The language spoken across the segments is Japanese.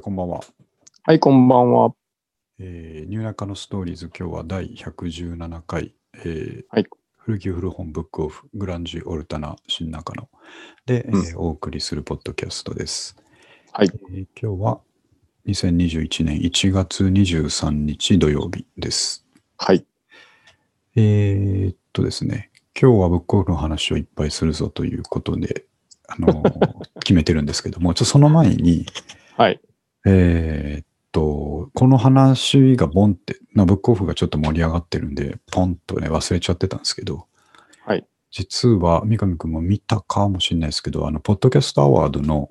こんばんは。はい、こんばんは。えー、ニューナカのストーリーズ、今日は第117回、えーはい古着古本ブックオフ、グランジオルタナ、新中野で、えーお送りするポッドキャストです。はいえー今日は2021年1月23日土曜日です。はい。えーっとですね、今日はブックオフの話をいっぱいするぞということで、あのー 決めてるんですけども、ちょっとその前に、はい。えーっと、この話がボンって、なブックオフがちょっと盛り上がってるんで、ポンとね、忘れちゃってたんですけど、はい。実は、三上くんも見たかもしれないですけど、あの、ポッドキャストアワードの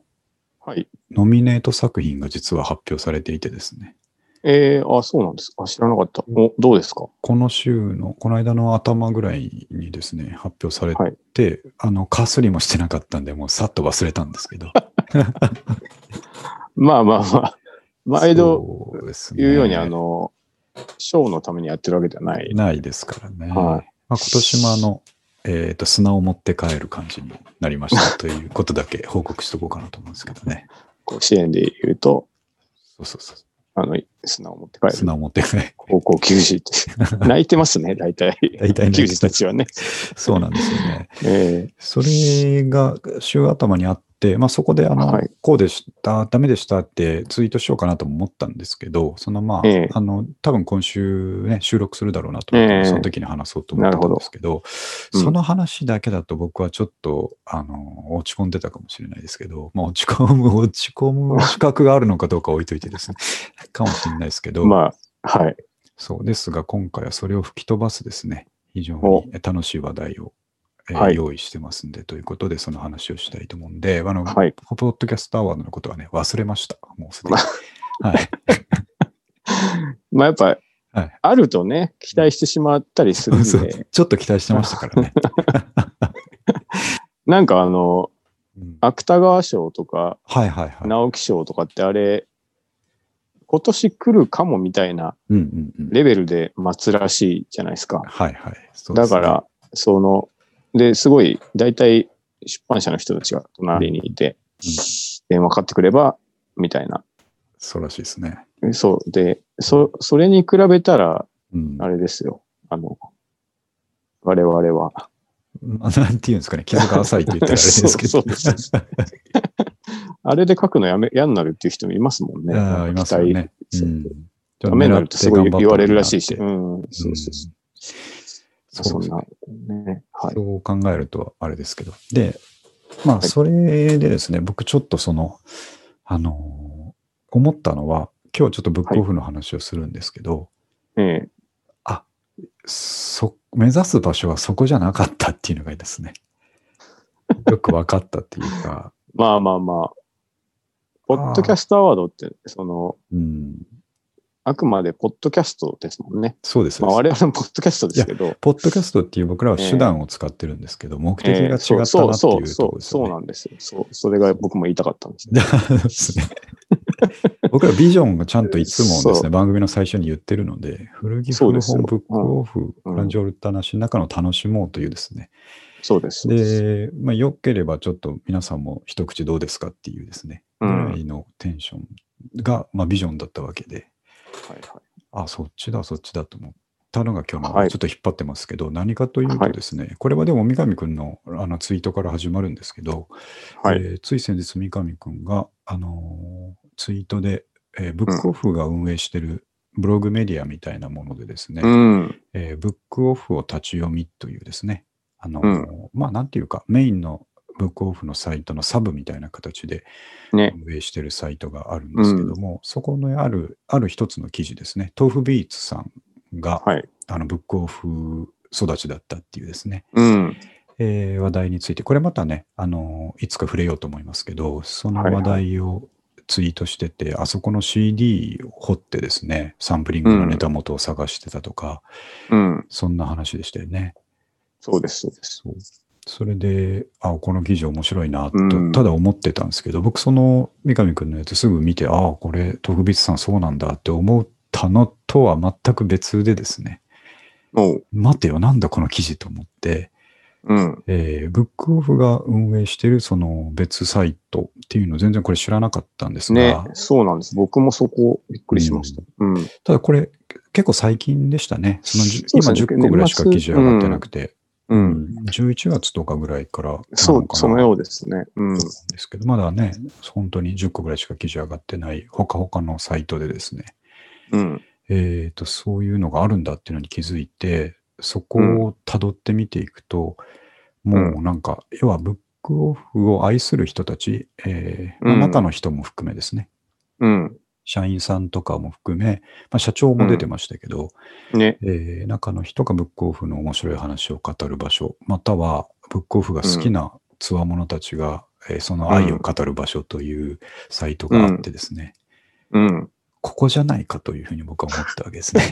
はい。ノミネート作品が実は発表されていてですね、えー、あ、そうなんです。あ、知らなかった。お、どうですかこの週の、この間の頭ぐらいにですね、発表されて、あの、かすりもしてなかったんで、もうさっと忘れたんですけど、まあまあまあ、 毎度そうですね言うように、あ、の、ショーのためにやってるわけじゃない。ないですからね。はいまあ、今年もあの、えーと砂を持って帰る感じになりましたということだけ報告しとこうかなと思うんですけどね。甲子園で言うと、そうそうそう。あの、砂を持って帰る。砂を持って帰る。高校球児って。 泣いてますね、大体。大体球児たちはね。そうなんですよね。えそれが週頭にあって、まあ、そこであの、はいこうでした、ダメでしたってツイートしようかなとも思ったんですけど、そのまあ、ええあの多分今週、ね、収録するだろうなと思って、ええその時に話そうと思ってたんですけど、うんその話だけだと僕はちょっとあの落ち込んでたかもしれないですけど、まあ、落ち込む、落ち込む資格があるのかどうか置いといてです ね、かもしれないですけーど、まあ、はい。そうですが、今回はそれを吹き飛ばすですね、非常おに楽しい話題を、えーはい用意してますんで、ということで、その話をしたいと思うんで、あの、はい。ポッドキャストアワードのことはね、忘れました。もうすで に。はい。まあやっぱ、はいあるとね、期待してしまったりする んそうで、ちょっと期待してましたから ね。なんかあの、うん芥川賞とか、はいはいはい。直木賞とかってあれ、今年来るかもみたいなうんうんうん。レベルで待つらしいじゃないですか。はいはい。そうでだすねから、その、で、すごい、大体出版社の人たちが隣にいて、うん電話かかってくれば、みたいな。そうらしいですね。そう。で、そ、それに比べたら、うん。あれですよ。あの、我々は。まあなんていうんですかね、傷が浅いって言ったらあれですけ そどう。そ うそあれで書くのやめ、嫌になるっていう人もいますもんね。 ああいますよね。期待うんちょっダとメにな狙るっってすごい言われるらしいし。てう頑張ったんだなっん。てそうそううんそうそう。そんですねな、ね。はい。そう考えるとあれですけど。で、まあ、はいそれでですね、僕ちょっとその、あのー思ったのは、今日ちょっとブックオフの話をするんですけど、ええそ、目指す場所はそこじゃなかったっていうのがです ね、よく分かったっていうか、まあまあまあ。ポッドキャストアワードって、その、うん、あくまでポッドキャストですもんね。そうです。まあそうです我々もポッドキャストですけ ど、ポッドキャストっていう僕らは手段を使ってるんですけど、目的が違ったなっていうとええこそうろそうですそよう、ね。そうなんですよ。そう、それが僕も言いたかったんですね。ですね。 僕らビジョンがちゃんといつもでそすね、う番組の最初に言ってるので、古着そう古ですよ本ブックオフ、うんグランジオルタナシの中の楽しもうというですね。そうです。そうですで、まあ、よければちょっと皆さんも一口どうですかっていうですね、うぐんらいのテンションが、まあ、ビジョンだったわけで、はいはいあ、そっちだ、そっちだと思ったのが今日の、はいちょっと引っ張ってますけど、何かというとですね、これはでも三上くんのあのツイートから始まるんですけど、はい。えーつい先日、三上くんが、あのーツイートで、えーブックオフが運営してるブログメディアみたいなものでですね、うん。えーブックオフを立ち読みというですね、あのーうんまあなんていうか、メインのブックオフのサイトのサブみたいな形でね。運営してるサイトがあるんですけども、そこのある、ある一つの記事ですね、豆腐ビーツさんが、はい。あのブックオフ育ちだったっていうですね、うん。えー話題について、これまたね、あのーいつか触れようと思いますけど、そのはいは話題いをツイートしてて、あそこの CD を掘ってですね、サンプリングのネタ元を探してたとか、うん。そんな話でしたよね。そうです。そうです。そうそれで、あ、この記事面白いなとうん、ただ思ってたんですけど、僕、その三上くんのやつすぐ見て、ああ、これ、徳光さんそうなんだって思ったのとは全く別でですね、おう。待てよ、なんだこの記事と思って、うん。えーブックオフが運営しているその別サイトっていうの全然これ知らなかったんですが、ね、そうなんです。僕もそこびっくりしました。うん。ただこれ結構最近でしたね。そのじゅそうですね今10個ぐらいしか記事上がってなくて、うう。ん11月とかぐらいからなのかなそう、そのようですね。うん。ですけど、まだね、本当に10個ぐらいしか記事上がってない、ほかほかのサイトでですね、うん。えー、とそういうのがあるんだっていうのに気づいてそこをたどって見ていくと、もうなんか要はブックオフを愛する人たち、えーまあうん中の人も含めですねうん。社員さんとかも含め、まあ、社長も出てましたけど、ね。えー中の人がブックオフの面白い話を語る場所またはブックオフが好きなつわものたちが、えーその愛を語る場所というサイトがあってですね、うん。ここじゃないかというふうに僕は思ったわけです ね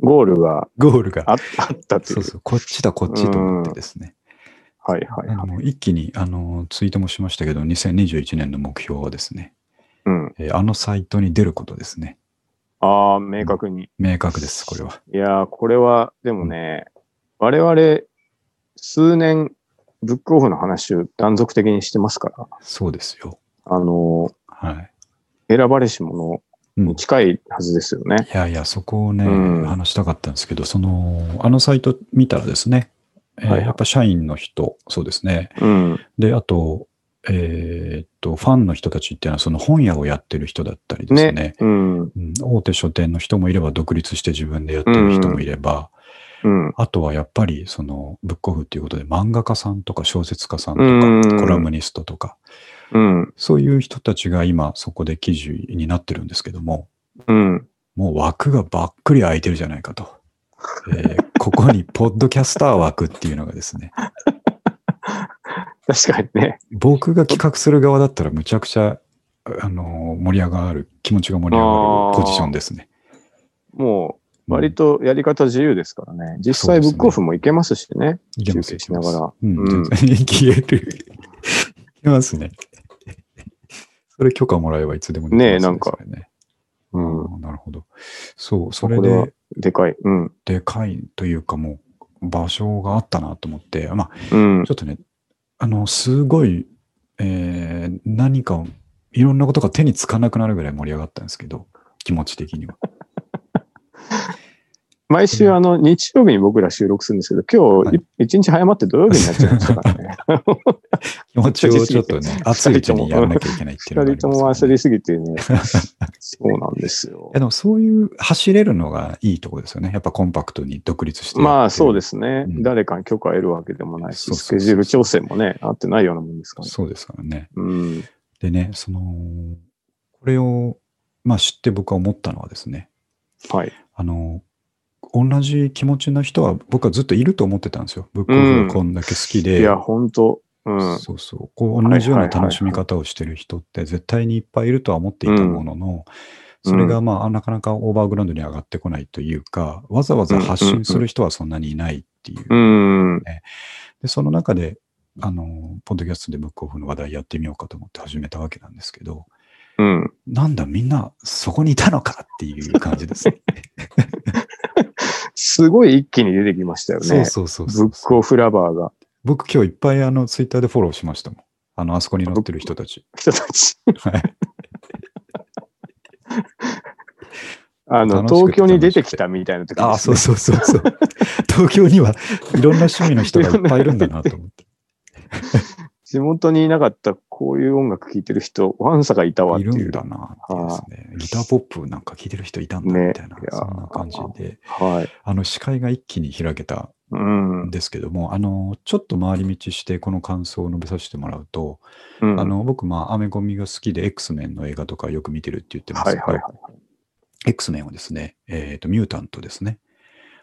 ゴールがゴールがあ あったとい。そううそう、こっちだ、こっちと思ってですね。はいはいあはい。の一気にあのツイートもしましたけど、2021年の目標はですね、うん。えーあのサイトに出ることですね。ああ、明確に。明確です、これは。いやー、これは、でもね、我々、数年、ブックオフの話を断続的にしてますから、そうですよ。あのはい。ー、選ばれし者うん、にい近いはずですよね。やいや、そこをね、うん話したかったんですけど、その、あのサイト見たらですね、えーはいはいやっぱ社員の人、そうですね。うん。で、あと、えーっと、ファンの人たちっていうのは、その本屋をやってる人だったりですね。ね。うん。うん大手書店の人もいれば、独立して自分でやってる人もいれば、うん。あとはやっぱりそのブックオフっていうことで漫画家さんとか小説家さんうんうんとうかんコラムニストとかうん。そういう人たちが今そこで記事になってるんですけどもうん。もう枠がばっくり空いてるじゃないかと、えーここにポッドキャスター枠っていうのがですね確かにね。僕が企画する側だったらむちゃくちゃあの盛り上がる気持ちが盛り上がるポジションですねもう、うん割とやり方自由ですからね。実そう際、ですねブックオフも行けますしね。いけます休憩いしけまなすがらうん、うん全然いける。いけますね。それ許可もらえばいつでもできますねえなんかそれねう。うんん、なるほど。そう、そこれこではで、でかい。うん。でかいというかもう、場所があったなと思って、まうんあ、ちょ。っとね、あの、すごい、えー何かを、いろんなことが手につかなくなるぐらい盛り上がったんですけど、気持ち的には。毎週、あの、日曜日に僕ら収録するんですけど、今はい日、一日早まって土曜日になっちゃいましたか らね。気持ちをちょっと ね、熱いうちにやらなきゃいけないっていう二のがありますか人とも焦らねりすぎて ね。そうなんですよいや。でもそういう走れるのがいいとこですよね。やっぱコンパクトに独立して。。まあそうですすね。うん誰かに許可を得るわけでもないし、そうスそうそうケジュール調整もね、合ってないようなもんですからね。そうですからね。うん。でね、その、これを、まあ知って僕は思ったのはですね、はい。あの、同じ気持ちの人は僕はずっといると思ってたんですよ。ブックオフがこんだけ好きいで、や、本当うん。そうそう、こう同じような楽しみ方をしてる人って絶対にいっぱいいるとは思っていたものの、うんそれがまあなかなかオーバーグラウンドに上がってこないというか、わざわざ発信する人はそんなにいないっていううん。で、その中で、あの、ポッドキャストでブックオフの話題やってみようかと思って始めたわけなんですけど、うん。なんだ、みんなそこにいたのかっていう感じですね。すごい一気に出てきましたよ ね。そうそうそうそうブックオフラバーが、僕今日いっぱいあの、ツイッターでフォローしましたもん。あの、あそこに載ってる人たち。人たち。はい。 あの、楽しくて東京に出てきたみたいな時ですねああ、そうそうそう そう。東京にはいろんな趣味の人がいっ ぱいいるんだなと思って。地元にいなかったこういう音楽聴いてる人、ワンサがいたわっいてるいんう。だなっていうですね。ギターポップなんか聴いてる人いたんだねみたいな、いやそんな感じで、はい。あの、視界が一気に開けたうん。ですけども、あのちょっと回り道してこの感想を述べさせてもらうと、うんあ、の僕、まあ、アメコミが好きで X メンの映画とかよく見てるって言ってますはいけど、はいはい。 X メンはですね、えーとミュータントですね、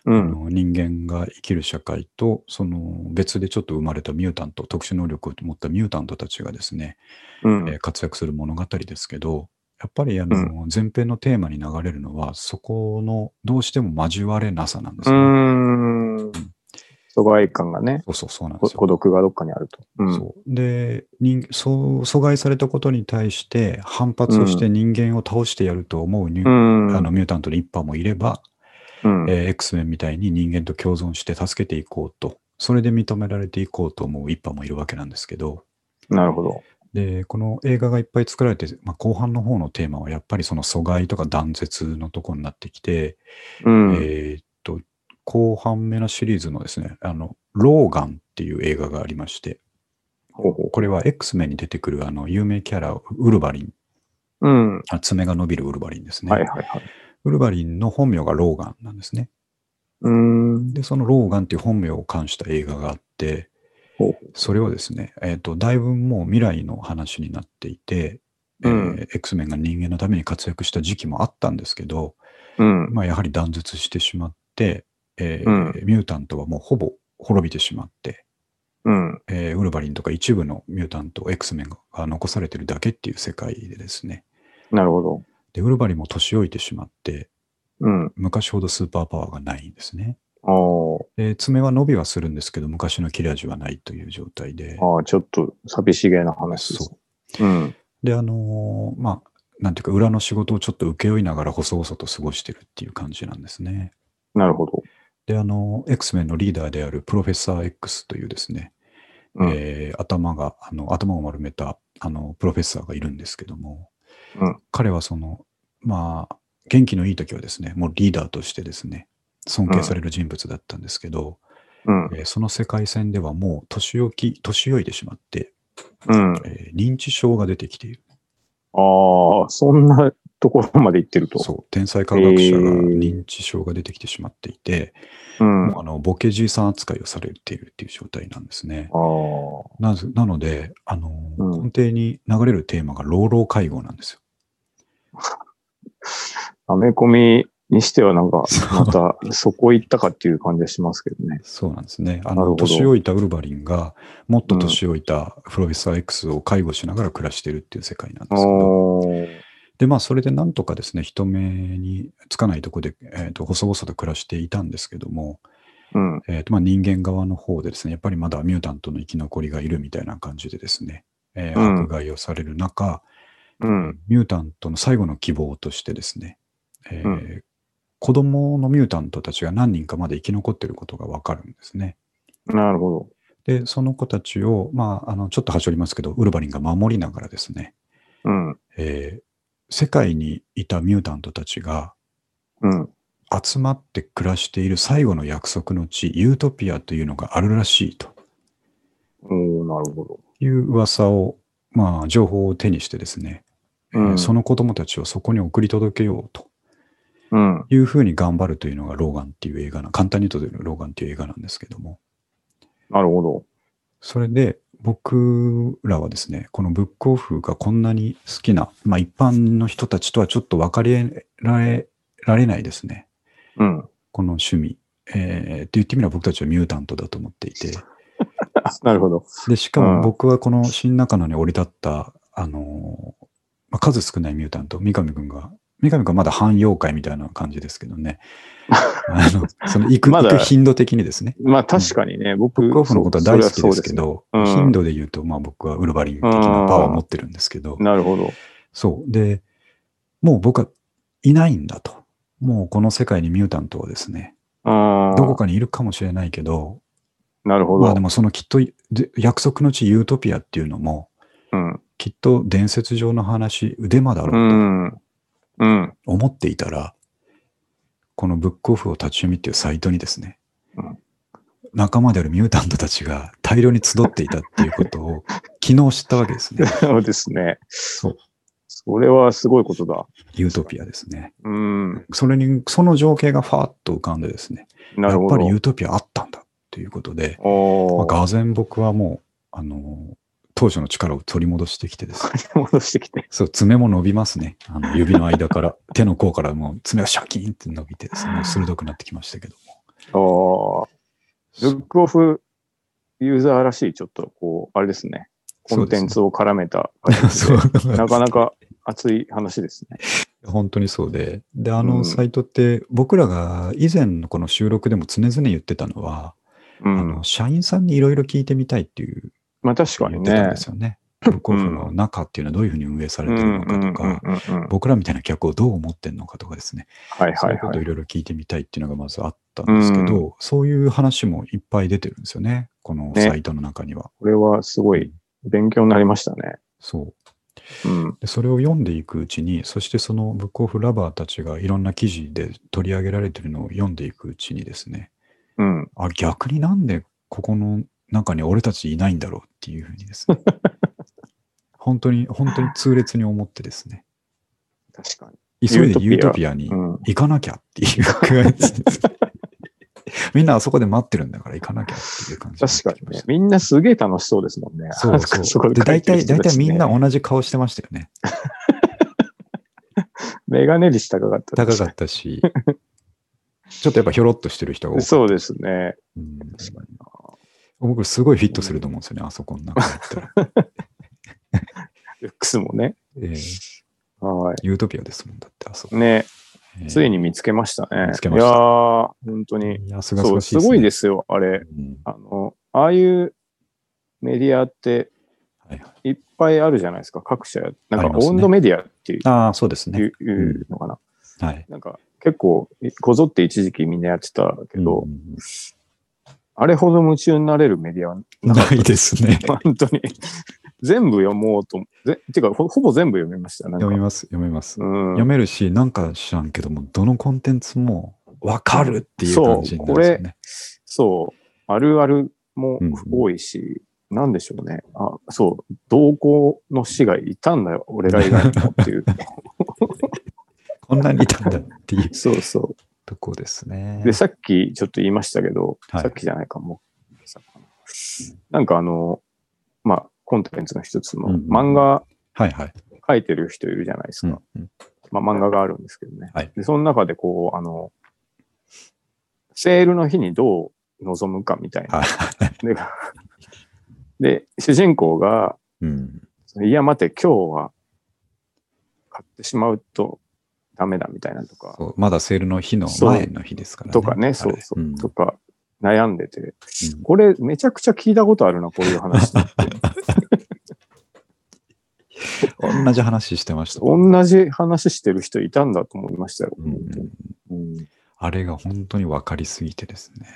うあん。の人間が生きる社会とその別でちょっと生まれたミュータント特殊能力を持ったミュータントたちがですね、うんえー活躍する物語ですけどやっぱりあの、前編のテーマに流れるのはそこのどうしても交われなさなんですうよね、ーん。疎外感がね、そうそうそうなんでこすよ孤独がどっかにあると。うんそうで人そう阻害されたことに対して反発をして人間を倒してやると思うニュ、うん。あのミュータントの一派もいれば、うんえー X メンみたいに人間と共存して助けていこうとそれで認められていこうと思う一派もいるわけなんですけど、なるほど。で、この映画がいっぱい作られて、まあ、後半の方のテーマはやっぱりその阻害とか断絶のとこになってきて、うん。えーっと、後半目のシリーズのですね、あの、ローガンっていう映画がありまして、ほうほこれは X メンに出てくるあの有名キャラ、ウルヴァリン、う。うん。はあ爪が伸びるウルヴァリンですいね。はいはい。ウルヴァリンの本名がローガンなんですね。うーん。で、そのローガンっていう本名を冠した映画があってほう、それはですね、えっ、と、だいぶもう未来の話になっていて、えうんー X メンが人間のために活躍した時期もあったんですけど、うん。まあ、やはり断絶してしまって、えーうんミュータントはもうほぼ滅びてしまって、うん。えーウルヴァリンとか一部のミュータント、X メンが残されてるだけっていう世界でですね、なるほど。でウルヴァリンも年老いてしまって、うん。昔ほどスーパーパワーがないんですね。あーで爪は伸びはするんですけど、昔の切れ味はないという状態で。あー、ちょっと寂しげな話ですそ。うん。う。で、あのーまあ、なんていうか、裏の仕事をちょっと請け負いながら細々と過ごしてるっていう感じなんですね。なるほど。で、あの、X メンのリーダーであるプロフェッサー X というですね、うん。えー頭が、あの、頭を丸めた、あの、プロフェッサーがいるんですけども、うん彼はその、まあ、元気のいい時はですね、もうリーダーとしてですね、尊敬される人物だったんですけど、うん。えーその世界線ではもう年老き、年老いてしまって、うん。えー認知症が出てきている。ああ、そんなところまで行ってると。そう、天才科学者がえー認知症が出てきてしまっていて、うん。もうあのボケじいさん扱いをされているっていう状態なんですね。ああ。なぜなので、あのうん根底に流れるテーマが老老介護なんですよ。アメコミにしてはなんかそ、うまたそこ行ったかっていう感じはしますけ どね。そうなんですね。あなのるほど年老いたウルヴァリンが、もっと年老いたプロフェッサー X を介護しながら暮らしているっていう世界なんですけど、おーで、まあ、それでなんとかですね、人目につかないとこで、えー、と細々と暮らしていたんですけども、うん。えーとまあ、人間側の方でですね、やっぱりまだミュータントの生き残りがいるみたいな感じでですね、えーうん迫害をされる中、うん。ミュータントの最後の希望としてですね、えーう子供のミュータントたちが何人かまで生き残っていることがわかるんですね。なるほで、その子たちを、まあ、あのちょっと端折りますけど、ウルヴァリンが守りながらですね、ど。うん。えー世界にいたミュータントたちが、うん。集まって暮らしている最後の約束の地、ユートピアというのがあるらしいとおーなるほど。いう噂を、まあ、情報を手にしてですね、えーうんその子供たちをそこに送り届けようとうん。いうふうに頑張るというのがローガンっていう映画な、簡単に言うとローガンっていう映画なんですけども、なるほど。それで僕らはですね、このブックオフがこんなに好きな、まあ一般の人たちとはちょっと分かりられられないですね、うん。この趣味。えーって言ってみれば僕たちはミュータントだと思っていて、なるほど。で、しかうもん僕はこの新中野に降り立った、あのーまあ、数少ないミュータント、三上くんが、三上くんはまだ汎用界みたいな感じですけど ね。あの、その行く、ま行だく頻度的にですね。まあ確かにね、僕、ブックオフのことは大好きですけど、そそりゃそうですねうん頻度で言うと、まあ僕はウルヴァリン的なパワーを持ってるんですけどうですね。、なるほど。そう。で、もう僕はいないんだと。もうこの世界にミュータントはですね、あーどこかにいるかもしれないけど、なるほまあどで。もそのきっとで約束の地ユートピアっていうのも、うん。きっと伝説上の話、腕間だう。ろうんうん。と思っていたら、このブックオフを立ち読みっていうサイトにですね、うん仲間であるミュータントたちが大量に集っていたっていうことを昨日知ったわけ ですね。そうですね。そう。それはすごいことだ。ユートピアですね。うん。それに、その情景がファーッと浮かんでですね、なやるっほぱどり。ユートピアあったんだということで、まおあ、ーがぜん僕はもう、あの、当初の力を取り戻してきてですね戻してきて。そう、爪も伸びますね。あの指の間から、手の甲からもう爪がシャキーンって伸びてですね、もう鋭くなってきましたけどおーブも。ックオフユーザーらしい、ちょっとこう、あれですね。コンテンツを絡めた感じ でそうですね なかなか熱い話ですね。本当にそうで。で、あうのんサイトって、僕らが以前のこの収録でも常々言ってたのは、うあんの。社員さんにいろいろ聞いてみたいっていうまあ確言かっにてたんね で。すよね。ブックオフの中っていうのはどういうふうに運営されてるのかとか、僕らみたいな客をどう思ってるのかとかですね、はいそうはいいうこはとをい。いろいろ聞いてみたいっていうのがまずあったんですけど、そういう話もいっぱい出てるんですよね、このねサイトの中には。これはすごい勉強になりましたね。そううん。でそれを読んでいくうちに、そしてそのブックオフラバーたちがいろんな記事で取り上げられてるのを読んでいくうちにですね、うん。あ、逆になんでここの中に俺たちいないんだろうっていうふうに ですね、本当に、本当に痛烈に思ってですね、確か急いでユユーートトピアにに。うん。行かなきゃっていう感じです。みんなあそこで待ってるんだから行かなきゃっていう感じになって確かきにまねし。たみんなすげえ楽しそうですもんね。そうそそこう。でで、書大いてる体、人大た体ちねみんな。同じ顔してましたよね。メガネ率高かったで高すかったし、ちょっとやっぱひょろっとしてる人が多かった。そうですね。うん確か僕すごいフィットすると思うんですよね、あそこの中だったら。ルックスもね。ええはユートピアですもん、だってあそこ。い。ね、ええついに見つけましたね。見つけましたいやー、本当に。いや、すがすそがう、しいすごいですすよ、あれね。。うんあの、ああいうメディアってはいはいいっぱいあるじゃないですか、各社。なありんか、ますねオンドメディアっていう,、ああ、そうですね。いうのかな。はい。なんか、結構、こぞって一時期みんなやってたけど、うんうんあれほど夢中になれるメディアはなかなったいですね。 本当に。全部読もうと。ぜてかほ、ほぼ全部読みましたよ。なんか読みます、読みます。うん、読めるし、なんか知らんけども、どのコンテンツも分かるっていう感じになるんですよね。そう、あるあるもうん多いし、なんでしょうね。あ、そう、同行の死がいたんだよ、俺ら以外にも っていう。こんなにいたんだっていうそうそとこですねう。。で、さっきちょっと言いましたけど、はいさっきじゃないかも。なんかあの、まあ、コンテンツの一つの、うんうん漫画はいはい。描いてる人いるじゃないですうか。んうんまあ、漫画があるんですけどね。はいで、その中でこう、あの、セールの日にどう臨むかみたいはな。いでで、主人公が、うんそのいや、待て、今日は買ってしまうとダメだみたいなとか、そうまだセールの日の前の日ですからね。とかあれね、そうそう、んとか悩んでて、うんこれめちゃくちゃ聞いたことあるな、こうい う話。同じ話してました。同じ話してる人いたんだと思いましたよ。うんうんうんあれが本当に分かりすぎてですね。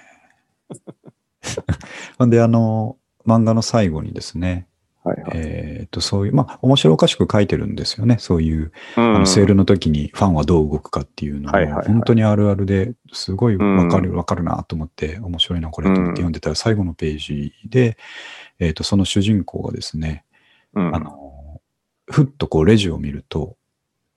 ほんで、あの、漫画の最後にですね、はいはい。えっと、そういう、まあ、面白おかしく書いてるんですよね。そういう、あうのんセールの時にファンはどう動くかっていうのはいはいはを、い本当にあるあるですごい分かる、う分かるなと思って、面白いな、これと思ってうん読んでたら、最後のページで、えっと、その主人公がですね、うんあの、ふっとこうレジを見ると、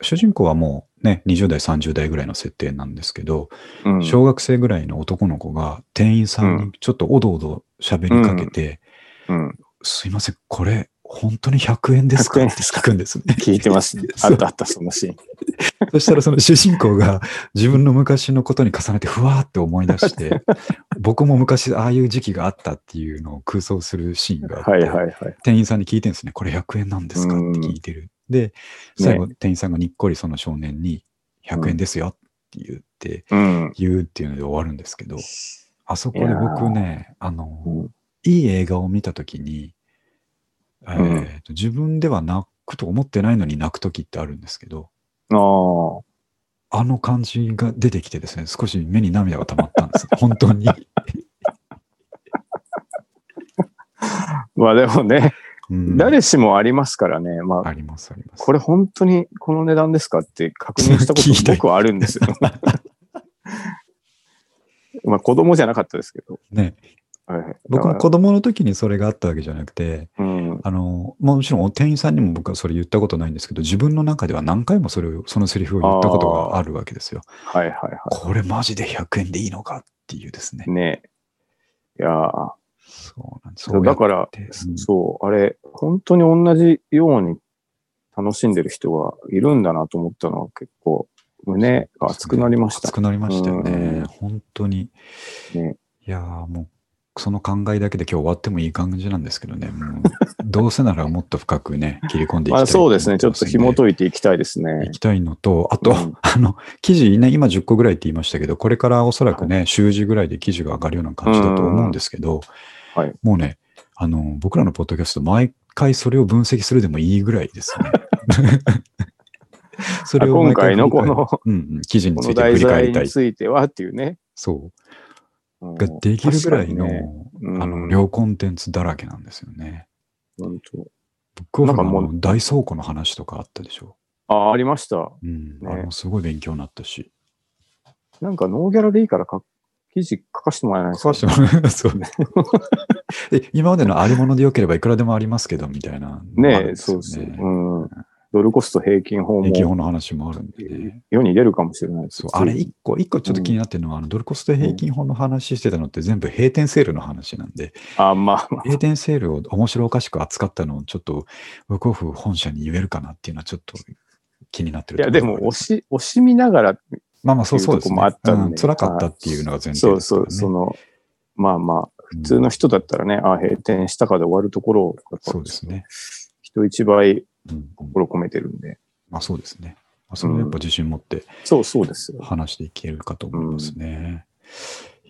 主人公はもうね、20代、30代ぐらいの設定なんですけど、うん小学生ぐらいの男の子が店員さんうにちょっとおどおど喋りかけて、うんすいません、これ、本当に100円ですか100円って聞くんですね。 聞いてますね。あったあった、そのシーン。 そしたらその主人公が自分の昔のことに重ねてふわーって思い出 して、僕も昔ああいう時期があったっていうのを空想するシーンがあって、はいはいはい。店員さんに聞いてるんですね。これ100円なんですかっうてん聞いてる。で、最後、店員さんがにっこりその少年に100円ですよって言って、うん。言うっていうので終わるんですけど、あそこで僕ね、あの、うんいい映画を見たときに、えんーと、自分では泣くと思ってないのに泣くときってあるんですけど、ああ。あの感じが出てきてですね、少し目に涙が溜まったんです。 本当に。まあでもね、うん誰しもありますからね。まあ、ありますあります。これ本当にこの値段ですかって確認した こ聞いたと僕はあるんですよ。 まあ子供じゃなかったですけど。ね。はいはい僕も子供の時にそれがあったわけじゃなくて、うん。あの、まあ、もちろん店員さんにも僕はそれ言ったことないんですけど、自分の中では何回もそれを、そのセリフを言ったことがあるわけですよ。はいはいはこれマジで100円でいいのかっていうですねい。。ねえ。いやーそうなんです。そうだから、らそう、あれ、本当に同じように楽しんでる人がいるんだなと思ったのは結構胸が熱くなりました熱。くなりましたようねん。本当に。ねいやーもう、その考えだけで今日終わってもいい感じなんですけどね。もうどうせならもっと深くね、切り込んでいきたい まあそうですね。ち思ょまっと紐んで解いていきたいですね行。きたいのと、あと、うんあの、記事ね、今10個ぐらいって言いましたけど、これからおそらくね、週次ぐらいで記事が上がるような感じだと思うんですけど、うんはいもうね、あの、僕らのポッドキャスト、毎回それを分析するでもいいぐらいです ね。それを今毎回回のこ振り返るの、こうんうん、記事につのいて振題り返材りたいに。ついてはっていうね。そう。うんができるぐらいの、確かにねうんあの、両コンテンツだらけなんですよね。本当ブックオフのあなんかもの大倉庫の話とかあったでしょ。あ、ありました。うん。ねあれもすごい勉強になったし。なんかノーギャラリーからか記事書かせてもらえないですそうそう。 え今までのありものでよければいくらでもありますけど、みたいな。ねえ、そうそう。うん。ドルコスト平均法駅も法の話もあるんでね。世に出るかもしれないですそうあれ一個、一個ちょっと気になってるのは、あのドルコスト平均法の話してたのって全部閉店セールの話なんで、あ、まあまあ、閉店セールを面白おかしく扱ったのをちょっと、ブックオフ本社に言えるかなっていうのはちょっと気になっているや、とこでろ も、なん惜し、惜しみながら、まあまあそうそうです、っていうとこね。もあったんでうん辛かったっていうのが前提そでうすかそら、ね。う、その、まあまあ、普通の人だったらね、あ閉店したかで終わるところを、やっぱそうですね。人一倍うんうん心込めてるんで。まあそうですね。まあ、それはやっぱ自信持ってそうそうですよ。話していけるかと思いますね。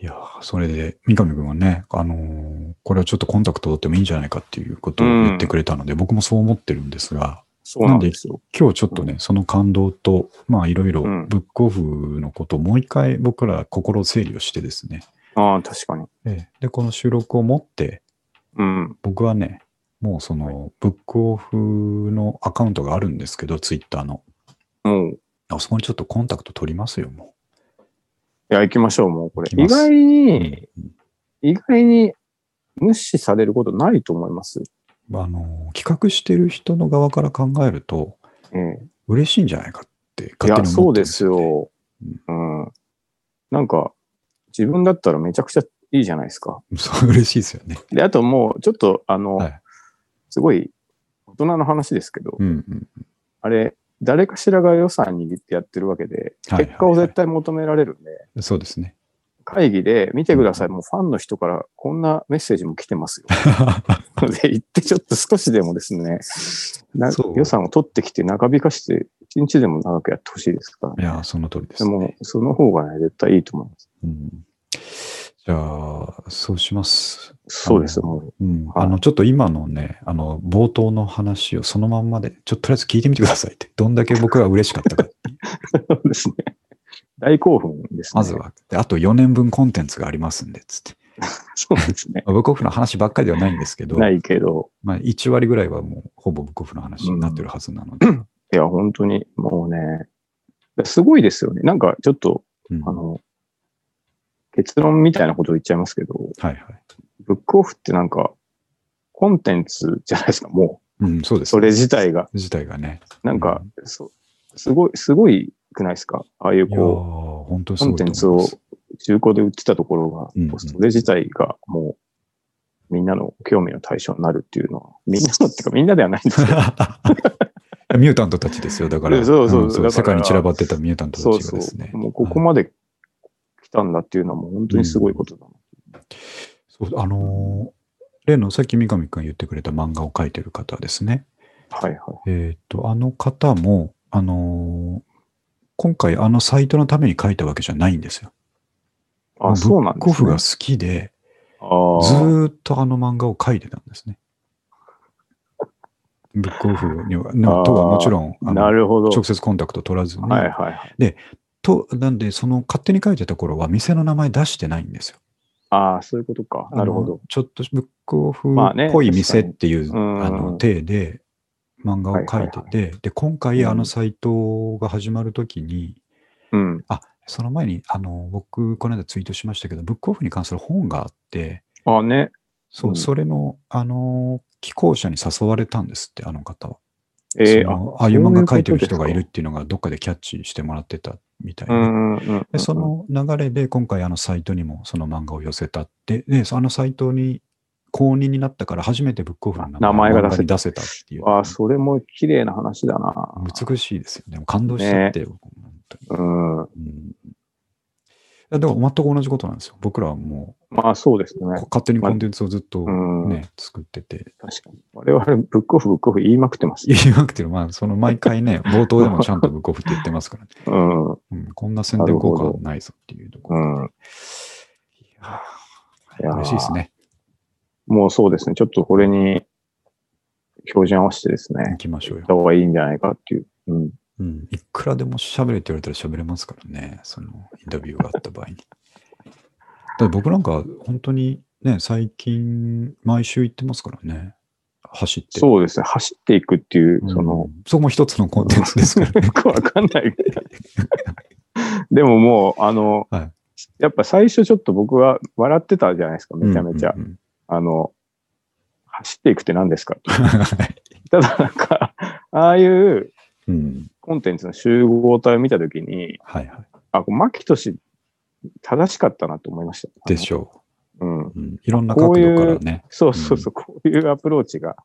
いやー、それで、三上君はね、あのーこれはちょっとコンタクト取ってもいいんじゃないかっていうことを言ってくれたので、僕もそう思ってるんですが、そうなんですよ。今日ちょっとね、その感動と、まあいろいろうんブックオフのことをもう一回僕ら心を整理をしてですね、ああ、確かに。ええで、この収録を持って、うん。僕はね、もうその、ブックオフのアカウントがあるんですけど、ツイッターの。もう、いあそこにちょっとコンタクト取りますよ、もや、行きましょう、もうこれ。行き意ます外う。に、意外に無視されることないと思います。あの、企画してる人の側から考えると、ええ嬉しいんじゃないかってい勝手や、にそ思うってるんです。よ。うん。なんか、自分だったらめちゃくちゃいいじゃないですか。 そう、嬉しいですよね。で、あともう、ちょっと、あの、はいすごい、大人の話ですけど、うんうん。あれ、誰かしらが予算握ってやってるわけで、はいはいはい結果を絶対求められるんで、そうです ね。会議で見てください、もうファンの人からこんなメッセージも来てますよ。 で、行ってちょっと少しでもですね、なそう予算を取ってきて長引かして、一日でも長くやってほしいですから、いや、その通りですで。も、その方がね、絶対いいと思います。うんじゃあ、そうします。そうです、もう。うん。はいあの、ちょっと今のね、あの、冒頭の話をそのまんまで、ちょっととりあえず聞いてみてくださいって。どんだけ僕が嬉しかった かそうですね。大興奮ですね。まず。は。であと4年分コンテンツがありますんで、つって。そうですね。まあブックオフの話ばっかりではないんですけど、ないけど、まあ、1割ぐらいはもうほぼブックオフの話になってるはずなの で。いや、本当に、もうね、すごいですよね。なんか、ちょっと、うんあはいの、結論みたいなことを言っちゃいますけど、はい。ブックオフってなんか、コンテンツじゃないですか、もうん、そうでう。すそ。れ自体が。自体がね。なんか、そすごい、すごいくないですかああいういやーこ本当にすう、コごいンテとンツ思いまをす。中古で売ってたところうんうが、んそれ自体がもう、みんなの興味の対象になるっていうのは、みんなのっていうかみんなではないんですけ ど、 ミュータントたちですよ。だから、そうそうだから世界に散らばってたミュータントそたうちそがですね。う。もうここまで来たんだっていうのはもう本当にすごいことだな。そうあのー例のさっき三上君が言ってくれた漫画を描いてる方ですね。はいはえっ、と、あの方も、あのー今回あのサイトのために書いたわけじゃないんですよ。い。あ、そうなんブでックオすフねが。好きで、ずああ。ーっとあの漫画を書いてたんです ね。ブックオフには、のとはもちろん、あのなるほど。直接コンタクト取らずに、はいはいはい。と、なんで、その勝手に書いてた頃は店の名前出してないんですよ。ああ、そういうことか。なるほあのど。。ちょっとブックオフまあねっぽい店っていう、確かにうんあの、体で漫画を書いてて、で、今回うんあのサイトが始まるときに、うん。あ、その前に、あの、僕、この間ツイートしましたけど、ブックオフに関する本があって、ああね。そう、うんそれの、あの、寄稿者に誘われたんですって、あの方は。ええそあ、のああいう漫画書いてる人がいそうるいうことですっていうのが、どっかでキャッチしてもらってたみたいうで、んうんうん。でそ、の流れで、今回、あのサイトにもその漫画を寄せたって、で、そあのサイトに公認になったから、初めてブックオフの名前が出漫せた画に出せたっていう。ああ、それも綺麗な話だな。美しいですよね。もう感動しちゃってよ、本当に。うん。うんでも全く同じことなんですよ。僕らはもまあそうですねう。勝手にコンテンツをずっとうん。ね、作ってて、確かに。我々、ブックオフ、ブックオフ言いまくってます。言いまくってる、まあ、その毎回 ね、冒頭でもちゃんとブックオフって言ってますからね、 うん。うん。うん、こんな宣伝効果はないぞっていうところ。いやいやー嬉しいですね。もうそうですね。ちょっとこれに、標準合わせてです行ね、きましょう行っよた。方がいいんじゃないかっていう。うん。うん。いくらでも喋れって言われたら喋れますからね。そのインタビューがあった場合に。だから僕なんか本当にね、最近毎週行ってますからね。走って。そうですね、走っていくっていう、うんその、そこも一つのコンテンツですからねよ。くわかんない。でももう、あの、はいやっぱ最初ちょっと僕は笑ってたじゃないですか、めちゃめちゃ。うんうんうんあの、走っていくって何ですか ってはいただなんか、ああいううん。コンテンツの集合体を見たときに、はいはい。あ、こう牧俊、正しかったなと思いました。でしょあのうん。う。うん。いろんな角度からね。そうそうそう、こういうアプローチが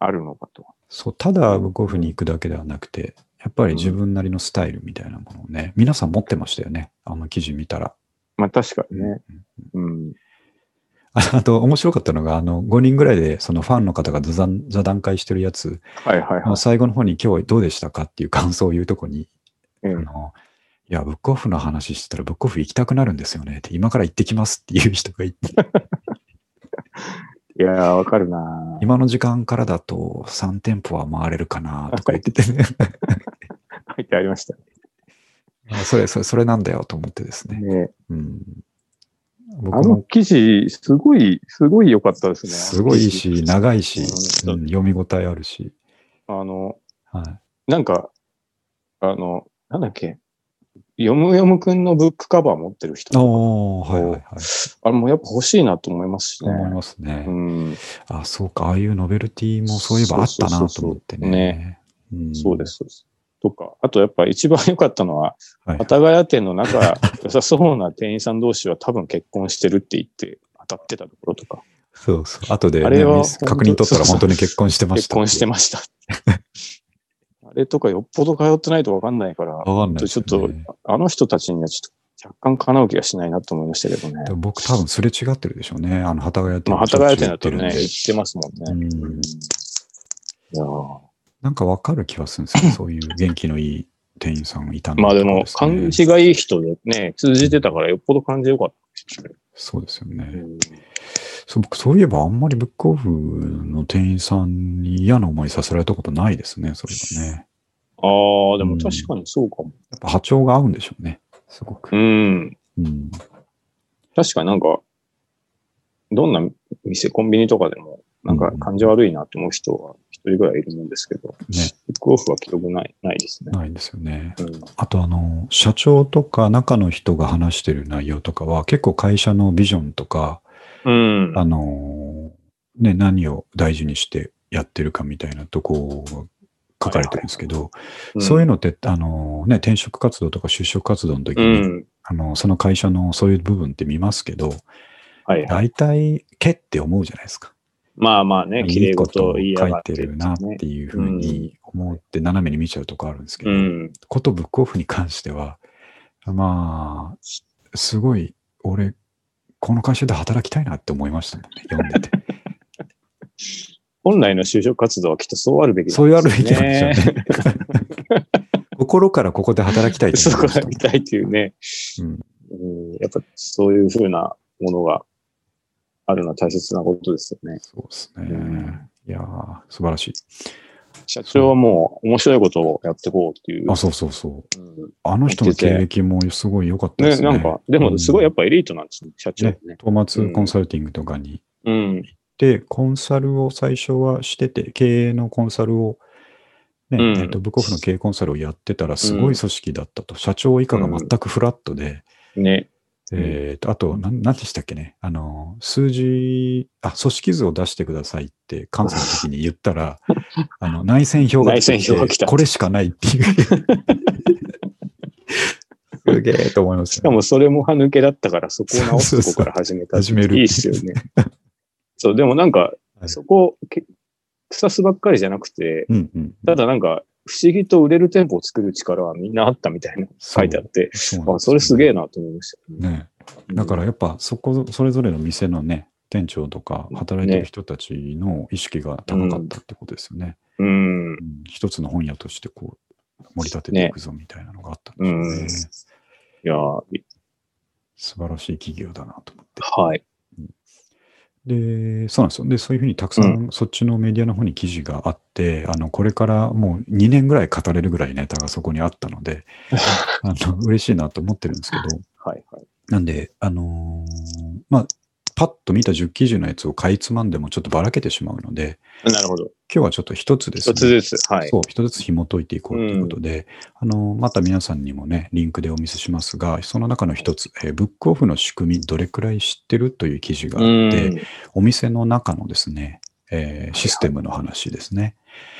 あるのかと。そう、ただブックオフに行くだけではなくて、やっぱり自分なりのスタイルみたいなものをね、皆さん持ってましたよね。あの記事見たら。まあ確かにうんね。うん。ああと、面白かったのが、あの、5人ぐらいで、そのファンの方が座談座談会してるやつ、はいはいあはのい。最後の方に今日どうでしたかっていう感想を言うとこに、ええあの、いや、ブックオフの話してたら、ブックオフ行きたくなるんですよねって、今から行ってきますっていう人 がいて、いやー、わかるなー今の時間からだと3店舗は回れるかなとか言ってて、 ね、書いてありましたあそれ、それ、それなんだよと思ってですね。ね。うん。あ僕のも記事、すごい、すごい良かったですね。すごいいいし、あの長いし、うんうん読み応えあるし、記事あの、はい。なんか、あの、なんだっけ、よむよむくんのブックカバー持ってる人あとか、あ、はいはいはい。あれもやっぱ欲しいなと思いますしね。思いますね。うん、あ、そうか。ああいうノベルティもそういえばあったなと思ってね。んそうで。す。そうですとか、あとやっぱ一番良かったのは、はい幡ヶ谷店の仲 良さそうな店員さん同士は多分結婚してるって言って当たってたところとか、そうそう。後でね、あれは確認取ったら本当に結婚してまし結た。婚してました。 あれとかよっぽど通ってないとわかんないから、わかんないですちょよっね、と、あの人たちにはちょっと若干叶う気がしないなと思いましたけどねで。も僕多分すれ違ってるでしょうね。あの、旗ヶ谷店まあ、の旗ヶ谷店だとしょっね、ちゅう言行ってますもんね。ってるんでううんん。いやーなんかわかる気はするんですよ。そういう元気のいい店員さんいたのまあでとも、かすね感じがいい人でね、通じてたからよっぽど感じよかったですね。そうですよね。うんそう僕、そういえばあんまりブックオフの店員さんに嫌な思いさせられたことないですね、それがね。ああ、でも確かにそうかも。やっぱ波長が合うんでしょうね、すごくう。ん。うん。確かになんか、どんな店、コンビニとかでも、なんか感じ悪いなって思う人は一人ぐらいいるんですけど、ね、ブックオフは記憶ない、ないですね。ないんですよね。うん。あと、あの、社長とか中の人が話してる内容とかは、結構会社のビジョンとか、うん。あの、ね、何を大事にしてやってるかみたいなとこが書かれてるんですけど、そういうののって、あの、ね、転職活動とか就職活動の時うに、ん。あの、その会社のそういう部分って見ますけど、はいは大い。体、けって思うじゃないですか。まあまあね、綺い麗いこ事とをを書言いいやがっててるなっていうふうに思って斜めに見ちゃうとこあるんですけうど、ん。ことブックオフに関しては、まあ、すごい、俺、この会社で働きたいなって思いましたもんね、読ん でて。本来の就職活動はきっとそうあるべきそういうあるべきなんねですよね。心からここで働きたいとそ思いこましがたもん見たいっていうね、うんうんやっぱそういうふうなものがあるのは大切なことですよね。そうですうねん。いやー素晴らしい。社長はもう面白いことをやっていこうっていう。あ、そうそうそう。うんあの人の経歴もすごい良かったでね、すね。なんか、でもすごいやっっぱエリートなんですね、社長ね。トーマツコンサルティングとかにうん。で、コンサルを最初はしてて、経営のコンサルを、ねうんえっとブックオフの経営コンサルをやってたら、すごい組織だったと、社長以下が全くフラットで、ね。うんえっとあと、なんなんでしたっけね、あの数字あ、組織図を出してくださいって、監査の時に言った ら、あの内線表が来て内線表が来たこれしかないって いう。すげえと思いますしかよね、もそれも歯抜けだったから、そこを直すとこから始めた。 始めるいいっすよね。 そう、でもなんか、はいそこ、け腐すばっかりじゃなくて、うんうん、ただなんか、不思議と売れる店舗を作る力はみんなあったみたいな書いてあって、そうなんあ、ですよそれすげえなと思いましたね。ねだからやっぱそこそれぞれの店のね店長とか働いてる人たちの意識が高かったってことですよね。ううん。ん一つの本屋としてこう盛り立てていくぞみたいなのがあったんでしょうね。ねうんいやーい 素晴らしい企業だなと思って。はい。で、そうなんですよ。で、そういうふうにたくさん、そっちのメディアの方に記事があって、あの、これからもう2年ぐらい語れるぐらいネタがそこにあったの で、あの、嬉しいなと思ってるんですけど、はいはい。なんで、あのーまあ、パッと見た10記事のやつをかいつまんでもちょっとばらけてしまうので、なるほど。今日はちょっと一つです一ね。つずつ。はい。そう、一つずつ紐解いていこうということで、あの、また皆さんにもね、リンクでお見せしますが、その中の一つ、えーブックオフの仕組み、どれくらい知ってるという記事があって、うんお店の中のですね、えーシステムの話ですね。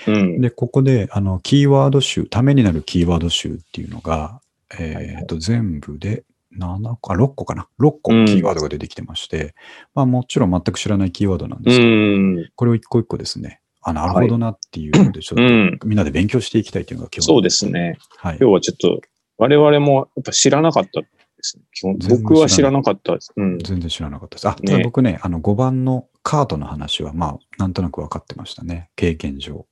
うん。で、ここで、あの、キーワード集、ためになるキーワード集っていうのが、はいえはっいと、全部で7個、あ、6個かな。6個うんキーワードが出てきてまして、まあ、もちろん全く知らないキーワードなんですけど、うん。これを一個一個ですね、あ、なるほどなっていうので、ちょっと、うん。みんなで勉強していきたいというのが今日そうです。ね。はい。今日はちょっと、我々もやっぱ知らなかったですね。基本全然僕は知らなかったです。うん。全然知らなかったです。あ、ただ僕ね、あの5番のカードの話は、まあ、なんとなく分かってましたね。経験上。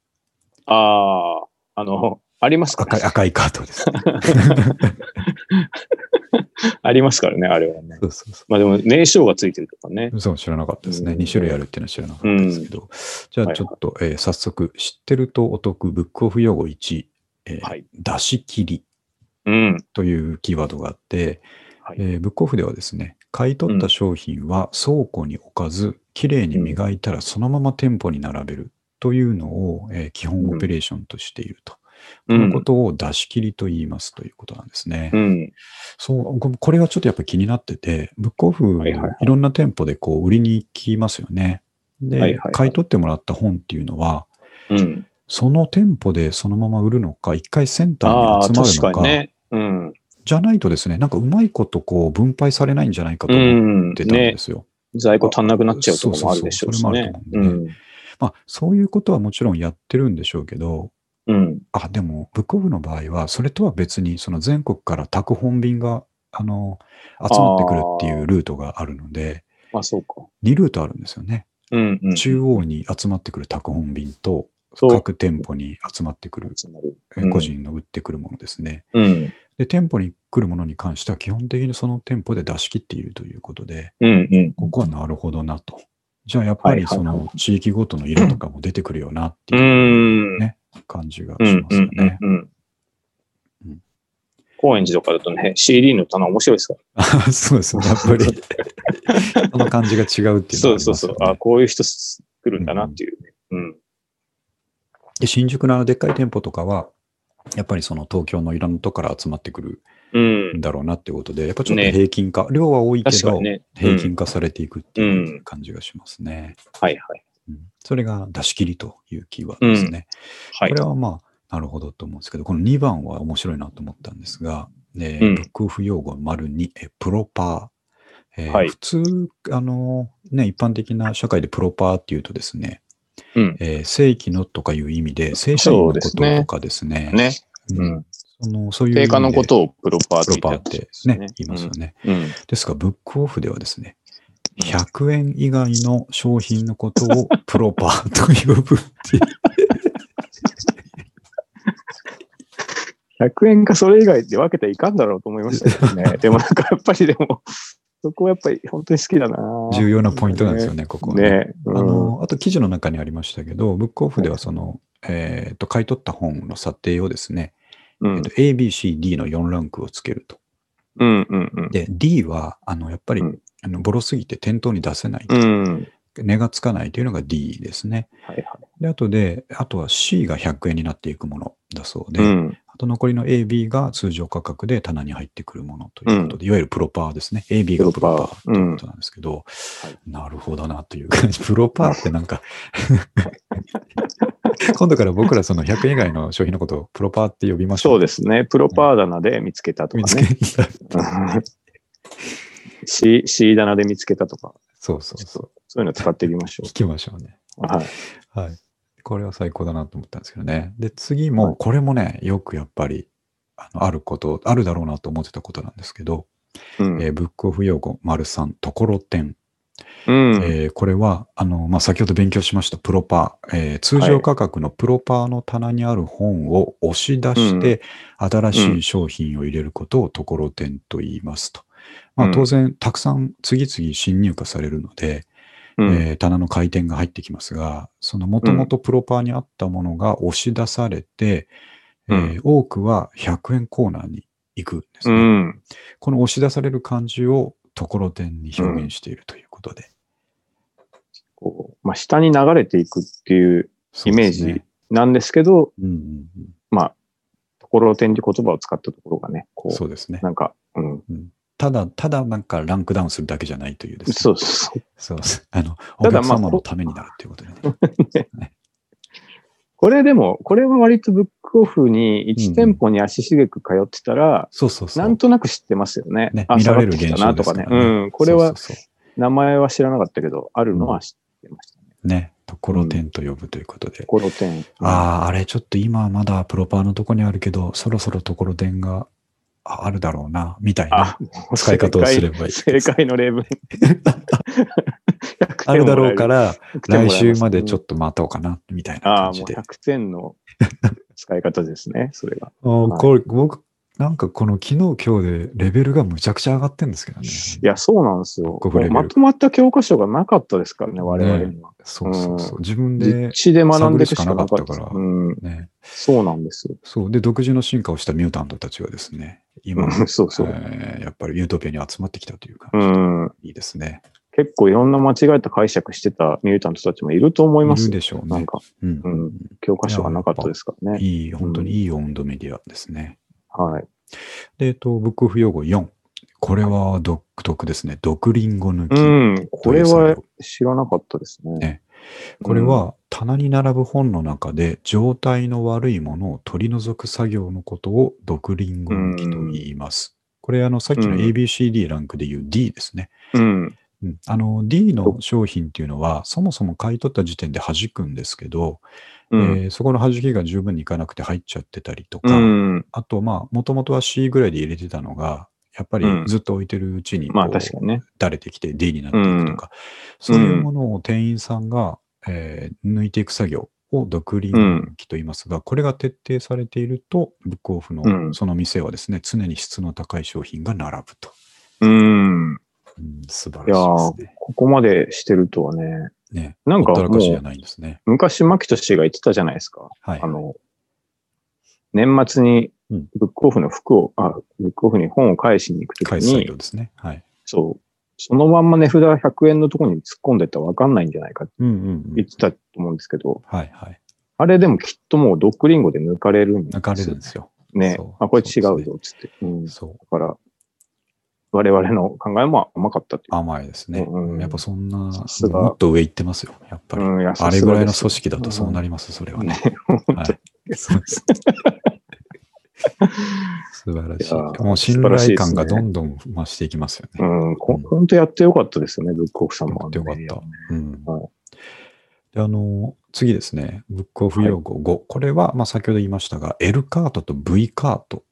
ああ、あの、ありますか赤い、ら、赤いカードです、ね。 ありますからね、あれはね。そうそうそまあでも、名称がついてるとかね。う。そう、知らなかったですね。うん2種類あるっていうのは知らなかったですけど。じゃあ、ちょっと、えー早速、知ってるとお得、ブックオフ用語1、えーはい出し切りうん。というキーワードがあって、はいえーブックオフではですね、買い取った商品は倉庫に置かず、きれいに磨いたらそのまま店舗に並べるというのを、えー基本オペレーションとしていると。うこのこん。とを出し切りと言いますということなんですね。うん。そう、ここれはちょっとやっぱり気になってて、ブックオフ、はいはいはいいろんな店舗でこう売りに行きますよね。で、はいはいはい買い取ってもらった本っていうのは、うん。その店舗でそのまま売るのか、一回センタああ、ーに集確まかるのにか、ね。うん。じゃないとですね、なんかうまいことこう分配されないんじゃないかとう思っん。てたんでね。すよ。在庫足んなくなっちゃうとこもあるでしょうしねそう。そううそうそれもん。まあ、そういうことはもちろんやってるんでしょうけど、うん。あ、でも、ブックオフの場合は、それとは別に、その全国から宅本便が、あの、集まってくるっていうルートがあるので、まあ、そうか。 2ルートあるんですよね。うん。うん。中央に集まってくる宅本便と、そう。各店舗に集まってくる、つまりえうん個人の売ってくるものですね。うん。で、店舗に来るものに関しては、基本的にその店舗で出し切っているということで、うん。うん。ここはなるほどなと。じゃあ、やっぱりはいはいその地域ごとの色とかも出てくるよなっていう。うんね感じがうんしますよね。うんうんううんん高円寺とかだとね、CD の棚面白いですから。あ そうですね、やっぱ り。その感じが違うっていうのはあそりますようそうね。そう。あこういう人来るんだなっていうね。うん。で新宿のあのでっかい店舗とかは、やっぱりその東京のいろんなとこから集まってくるうんん。だろうなっていうことで、やっぱちょっとね平均化、量は多いけ確かど、にね。平う均ん。化されていくっていう感じがしますね。はいはい。うんそれが出し切りというキーワードですね。はいこれ。はまあ、なるほどと思うんですけど、この2番は面白いなと思ったんですが、ねうんブックオフ用語丸2、えプロパー。えーはい普通、あの、ね、一般的な社会でプロパーっていうとですね、うんえー正規のとかいう意味で、正社員のこととかですね、ね。ううんん。そのそういう意味で定価のことをプロパープロパーっってて言ね、った言りいますよね。うん。うんですが、ブックオフではですね、100円以外の商品のことをプロパーと呼ぶっていう100円かそれ以外で分けていかんだろうと思いましたけど ね。でもなんかやっぱりでも、そこはやっぱり本当に好きだな重要なポイントなんですよね、ここはねね。うんあのあと記事の中にありましたけど、ブックオフではその、えーと買い取った本の査定をですね、うんえーと A、B、C、D の4ランクをつけると。うんうんうん。で、D はあのやっぱり、うんあのボロすぎて店頭に出せない、うん。はい値がつかないというのが D ですね。はい。で、あとで、あとは C が100円になっていくものだそうで、うん。あと残りの A、B が通常価格で棚に入ってくるものということで、いわゆるプロパーですね。A、B がプロパー。うこんと。なんですけど、なるほどなという感じ。プロパーってなん か、今度から僕らその100円以外の商品のことをプロパーって呼びましょそうう。ですね。プロパー棚で見つけたと見かつけね。た。シ C 棚で見つけたとか、そうそうそう。そういうの使っていきましょ聞きましょうね。う。はい。はい。これは最高だなと思ったんですけどね。で、次はも、いこれもね、よくやっぱり、あのあること、あるだろうなと思ってたことなんですけど、うんえーブックオフ用語、丸三ところてん。うん。えーこれは、あの、まあ、先ほど勉強しましたプロパー、えー通常価格のプロパーの棚にある本を押し出して、新しい商品を入れることをところてんと言いますと。まうあ、ん当然、たくさん次々新入荷されるので、うんえー棚の回転が入ってきますが、そのもともとプロパーにあったものが押し出されて、うんえー多くは100円コーナーに行くんですうね。ん。この押し出される感じをところてんに表現しているということで。こう、まあ、下に流れていくっていうそうイメーですねジなんですけど、うんうんまあ、ところてんって言葉を使ったところがね、うこん、う、そうですね。なんか、うん。ただ、ただなんかランクダウンするだけじゃないというですね。そうそう。そう ですあの、おただ客まあ様このためになるということでね。これでも、これは割とブックオフに1店舗に足しげく通ってたら、そうそうそう。なんとなく知ってますよね。ねあ見られる下がってき現た象なでとすかからねね。。うん。これは、そうそうそう名前は知らなかったけど、あるのは知ってましたね。ね、ところてんと呼ぶということでと。ころてん。ああ、あれちょっと今はまだプロパーのとこにあるけど、そろそろところてんがああるだろうな、みたいなあ、もう使い方をすればいい。正解正解の例文。 あるだろうから、来週までちょっっと待とうかな、みたいなああ、感もじうで。あ100点の使い方で すね、それが。ーこれ、僕、なんかこの昨日今日でレベルがむちゃくちゃ上がってんですけどね。いや、そうなんですよ。ブックオフレベルまとまった教科書がなかったですからね、我々には。そうそうそうう。自分で実、地で学んでいくしかなかった探るしかなかったからうん、ね、そうなんですよ。そう。で、独自の進化をしたミュータントたちがですね、今、 そうそう。えーやっぱりユートピアに集まってきたというか、うん、いいですね。結構いろんな間違えた解釈してたミュータントたちもいると思いまいするよ。でしょうなねん。か、うんうん教科書がなかったですからね。いい、本当にいい温度メディアですね。はい。で、えっと、ブックオフ用語4。これは独特ですね。毒リンゴ抜き。うん、これは知らなかったですね。ねこれは棚に並ぶ本の中で状態の悪いものを取り除く作業のことを毒リンゴ抜きと言います。これ、あの、さっきのうん ABCD ランクでいう D ですね。うん、うん、あの D の商品っていうのは、そもそも買い取った時点で弾くんですけど、うん、えーそこの弾きが十分にいかなくて入っちゃってたりとうか、ん。あと、まあ、もともとは C ぐらいで入れてたのが、やっぱりうんずっと置いてるうちに、まあこう確かにね。だれてきて D になっていくとか、そういうものを店員さんが、えー抜いていく作業を独立抜きと言いますが、これが徹底されていると、ブックオフうのんその店はですね、常に質の高い商品が並ぶと。うん。うん、素晴らいやしーいですね。ここまでしてるとはね。ねなんほかったらもかしじゃう、ないんですね。昔、牧俊が言ってたじゃないですか。はいあ。の、年末に、うんブックオフの服を、あ、ブックオフに本を返しに行くとき返す作に業、ですね。はい。そう、そのまんま値札100円のところに突っ込んでったらわかんないんじゃないかってうんうんう言んっ。てたと思うんですけど、はいはい。あれでもきっともうドッグリンゴで抜かれるんで抜すよかれるんですよ。ねそう。あ、これ違そううですぞ、つって。うん。だそう。から、我々の考えも甘かったっていう。甘いですね。うんうんやっぱそんな、もさすがっと上行ってますよ。やっぱり。うん、やあれぐらいの組織織だとそうなります、それはね。本は当にい、そうです素晴らしいやーい。もう信頼感がどんどん増していきますよね。うん、こ本当やってよかったですよね、ブックオフさんよもかあのったね。よかった。うんはいであの次ですね、ブックオフ用語5。これは、まあ、先ほど言いましたが、L カートと V カート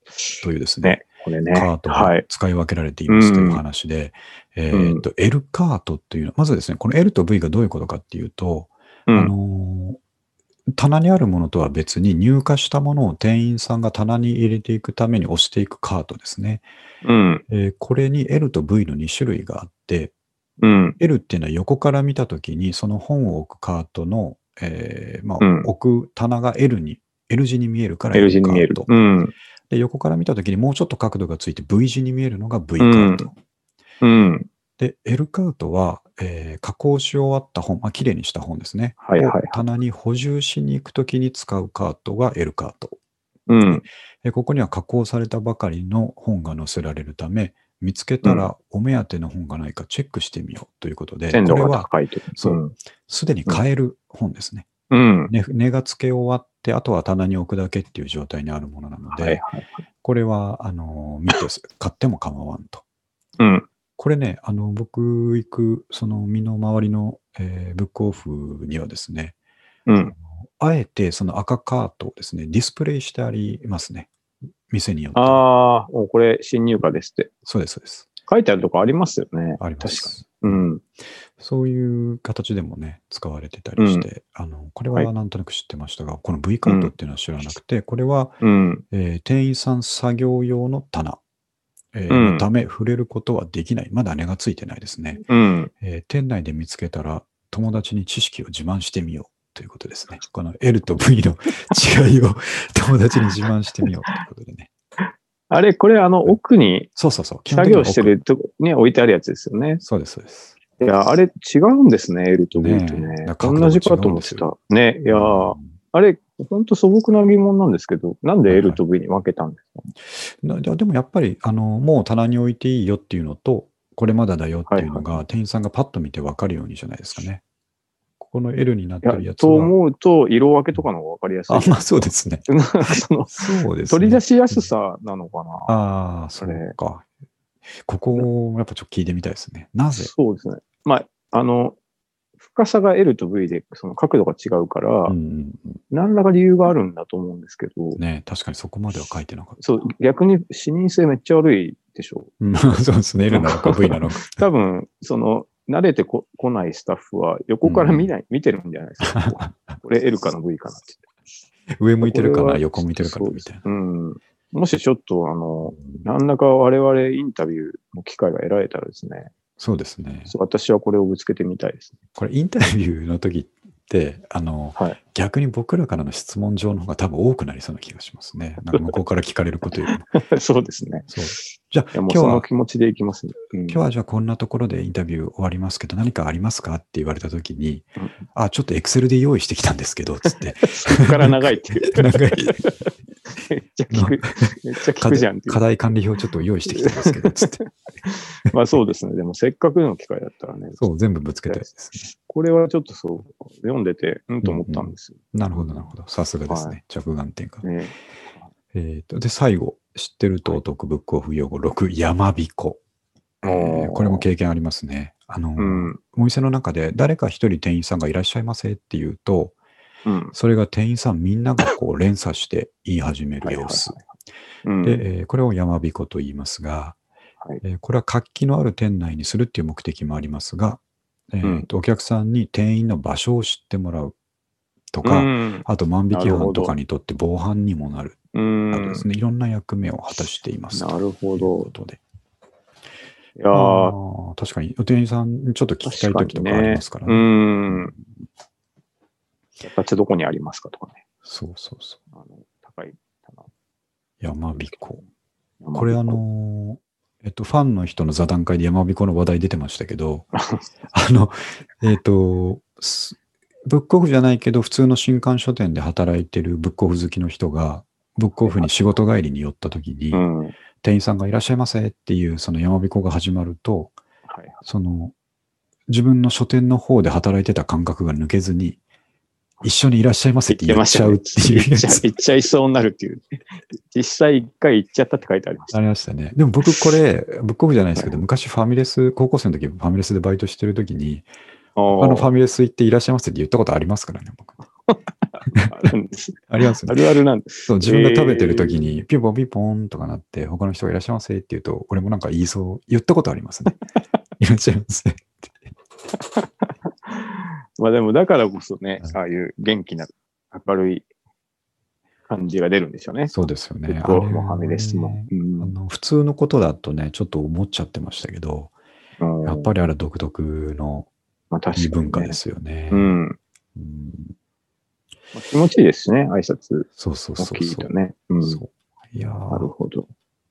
というですね、ね、これね。カートはがい。使い分けられていますという話で、えーっと、L カートというのは、まずですね、この L と V がどういうことかっていうと、うあん。のー棚にあるものとは別に入荷したものを店員さんが棚に入れていくために押していくカートですね。うん。えーこれに L と V の2種類があって、うん。 L っていうのは横から見たときにその本を置くカートの、えーまあうん置く棚が L に、L 字に見えるから L 字に見えるカー。トうん。で、横から見たときにもうちょっと角度がついて V 字に見えるのが V カート。うん。で、L カートは、えー加工し終わった本、まあ、綺麗にした本ですね。はいはいはをい棚に補充しに行くときに使うカートが L カート。うん。でここには加工されたばかりの本が載せられるため、見つけたらお目当ての本がないかチェックしてみようということで、鮮こ度れがは高いと。そううん。すでに買える本ですね。うん。ね値が付け終わって、あとは棚に置くだけっていう状態にあるものなので、はいはい。これはあの見て買っても構わんと。うん。これね、あの、僕行く、その身の回りの、えーブックオフにはですね、うん。あえてその赤カートをですね、ディスプレイしてありますね。店によって。ああ、もうこれ新入荷ですって。そうです、そうです。書いてあるとこありますよね。あります。確かに。うん。そういう形でもね、使われてたりして、あの、これははいなんとなく知ってましたが、この V カートっていうのは知らなくて、これは、うん。えー店員さん作業用の棚。えーうんダメ、触れることはできない。まだ値がついてないですね、うん。えー店内で見つけたら、友達に知識を自慢してみようということですね。この L と V の違いを 友達に自慢してみようということでね。あれ、これ、あの、奥にそうそうそう。基本作的に業はしてるとこに置いてあるやつですよね僕。。そうです、そうです。いや、あれ違うんですね、L と V ねとえね。だから角度が同じかと思って違た。ね、いやーうんあれ、ほんと素朴な疑問なんですけど、なんではいはい L と V に分けたんですかなででもやっぱりあの、もう棚に置いていいよっていうのと、これまだだよっていうのが、店員さんがパッと見て分かるようにじゃないですかね。ここの L になってるいやや、つとは。思うと、色分けとかの方が分かりやすい。あ、まあそうですね。なんかそのそうです、ね。 取り出しやすさなのかな。ああ、それうか。ここをやっぱちょっと聞いてみたいですね。なぜそうですね。まあ、あの、深さが L と V で、その角度が違うから、うんうんうん何らか理由があるんだと思うんですけど、ね確かにそこまでは書いてなかった。そう、逆に視認性めっちゃ悪いでしょ。うん そうですね。L なのか V なのか。多分、その、慣れてこ来ないスタッフは横から見ない、見てるんじゃないですか。 こうこれ L かな V かなって。上向いてるかこれな、は横向いてるかな、みたいな。そうですうん。もしちょっと、あの、何らか我々インタビューの機会が得られたらですね、そうですね。そう私はこれをぶつけてみたいですね。これインタビューの時って、あの、はい逆に僕らからの質問上の方が多分多くなりそうな気がしますね。なんか向こうから聞かれることよ りも。 そうですね。そうじゃあいや今もう日そはの、気持ちでいきますね。うん今日はじゃあこんなところでインタビュー終わりますけど何かありますかって言われた時にうん、あ、ちょっとエクセルで用意してきたんですけど、つ って。そこから長いっていう。 なんかめっちゃ聞く、めっちゃ聞課くじゃんっ題てい課う。題管理表ちょっと用意してきたんですけど、つって。 まあそうですね。でもせっかくの機会だったらね、 そう、全部ぶつけたいですね。これはちょっとそう、読んでて、うんと思ったんですよ。 なるほど、なるほど。さすがですね。着眼点が。ねえーとで、最後、知ってるとお得ブックオフ用語6、山彦。えーこれも経験ありますね。あの、うん。お店の中で誰か一人店員さんがいらっしゃいませって言うと、うん。それが店員さんみんなが こう連鎖して言い始めはるいはい様子。うんで、えーこれを山彦と言いますが、はいえーこれは活気のある店内にするっていう目的もありますが、えーうんとお客さんに店員の場所を知ってもらうとうか、んあと万引きなるほ犯どとかにとって防犯にもなるうんなどですね、いろんな役目を果たしていますなるほというこど。とで。いやあーー確かに、お店員さんにちょっと聞きたい時とかありますからうね。ん。やっぱちどこにありますかとかね。そうそうそう。あの高い棚。山彦。山これあ、のーえっと、ファンの人の座談会で山彦の話題出てましたけ ど、あの、えっ、と、すブックオフじゃないけど、普通の新刊書店で働いてるブックオフ好きの人が、ブックオフに仕事帰りに寄った時に、うん。はい店員さんがいらっしゃいませっていう、その山彦が始まると、はい。その、自分の書店の方で働いてた感覚が抜けずに、一緒にいらっしゃいませって言っちゃうっていう言やっちゃつ。言っちゃいそうになるっていう。実際一回行っちゃったって書いてありましあた。りましたね。でも僕これ、ブックオフじゃないですけど、昔ファミレス、高校生の時ファミレスでバイトしてる時に、ああのファミレス行っていらっしゃいませって言ったことありますからね、僕。あるんですありますねあ。るあるなんです。そう、自分が食べてる時に、ピンポンピンポンとかなって、他の人がいらっしゃいませって言うと、俺もなんか言いそう、言ったことあります ね。いらっしゃいませ。まあでもだからこそねはい、ああいう元気な、明るい感じが出るんでしょうね。そうですよね。結あれ構はねもうファミレスも。あの普通のことだとね、ちょっと思っちゃってましたけど、やっぱりあれ独特のいいり文化で。すよね。うん。うんまあ気持ちいいですしね、挨拶そうそう大そきういそとう。ね。うんそういやーなるほど。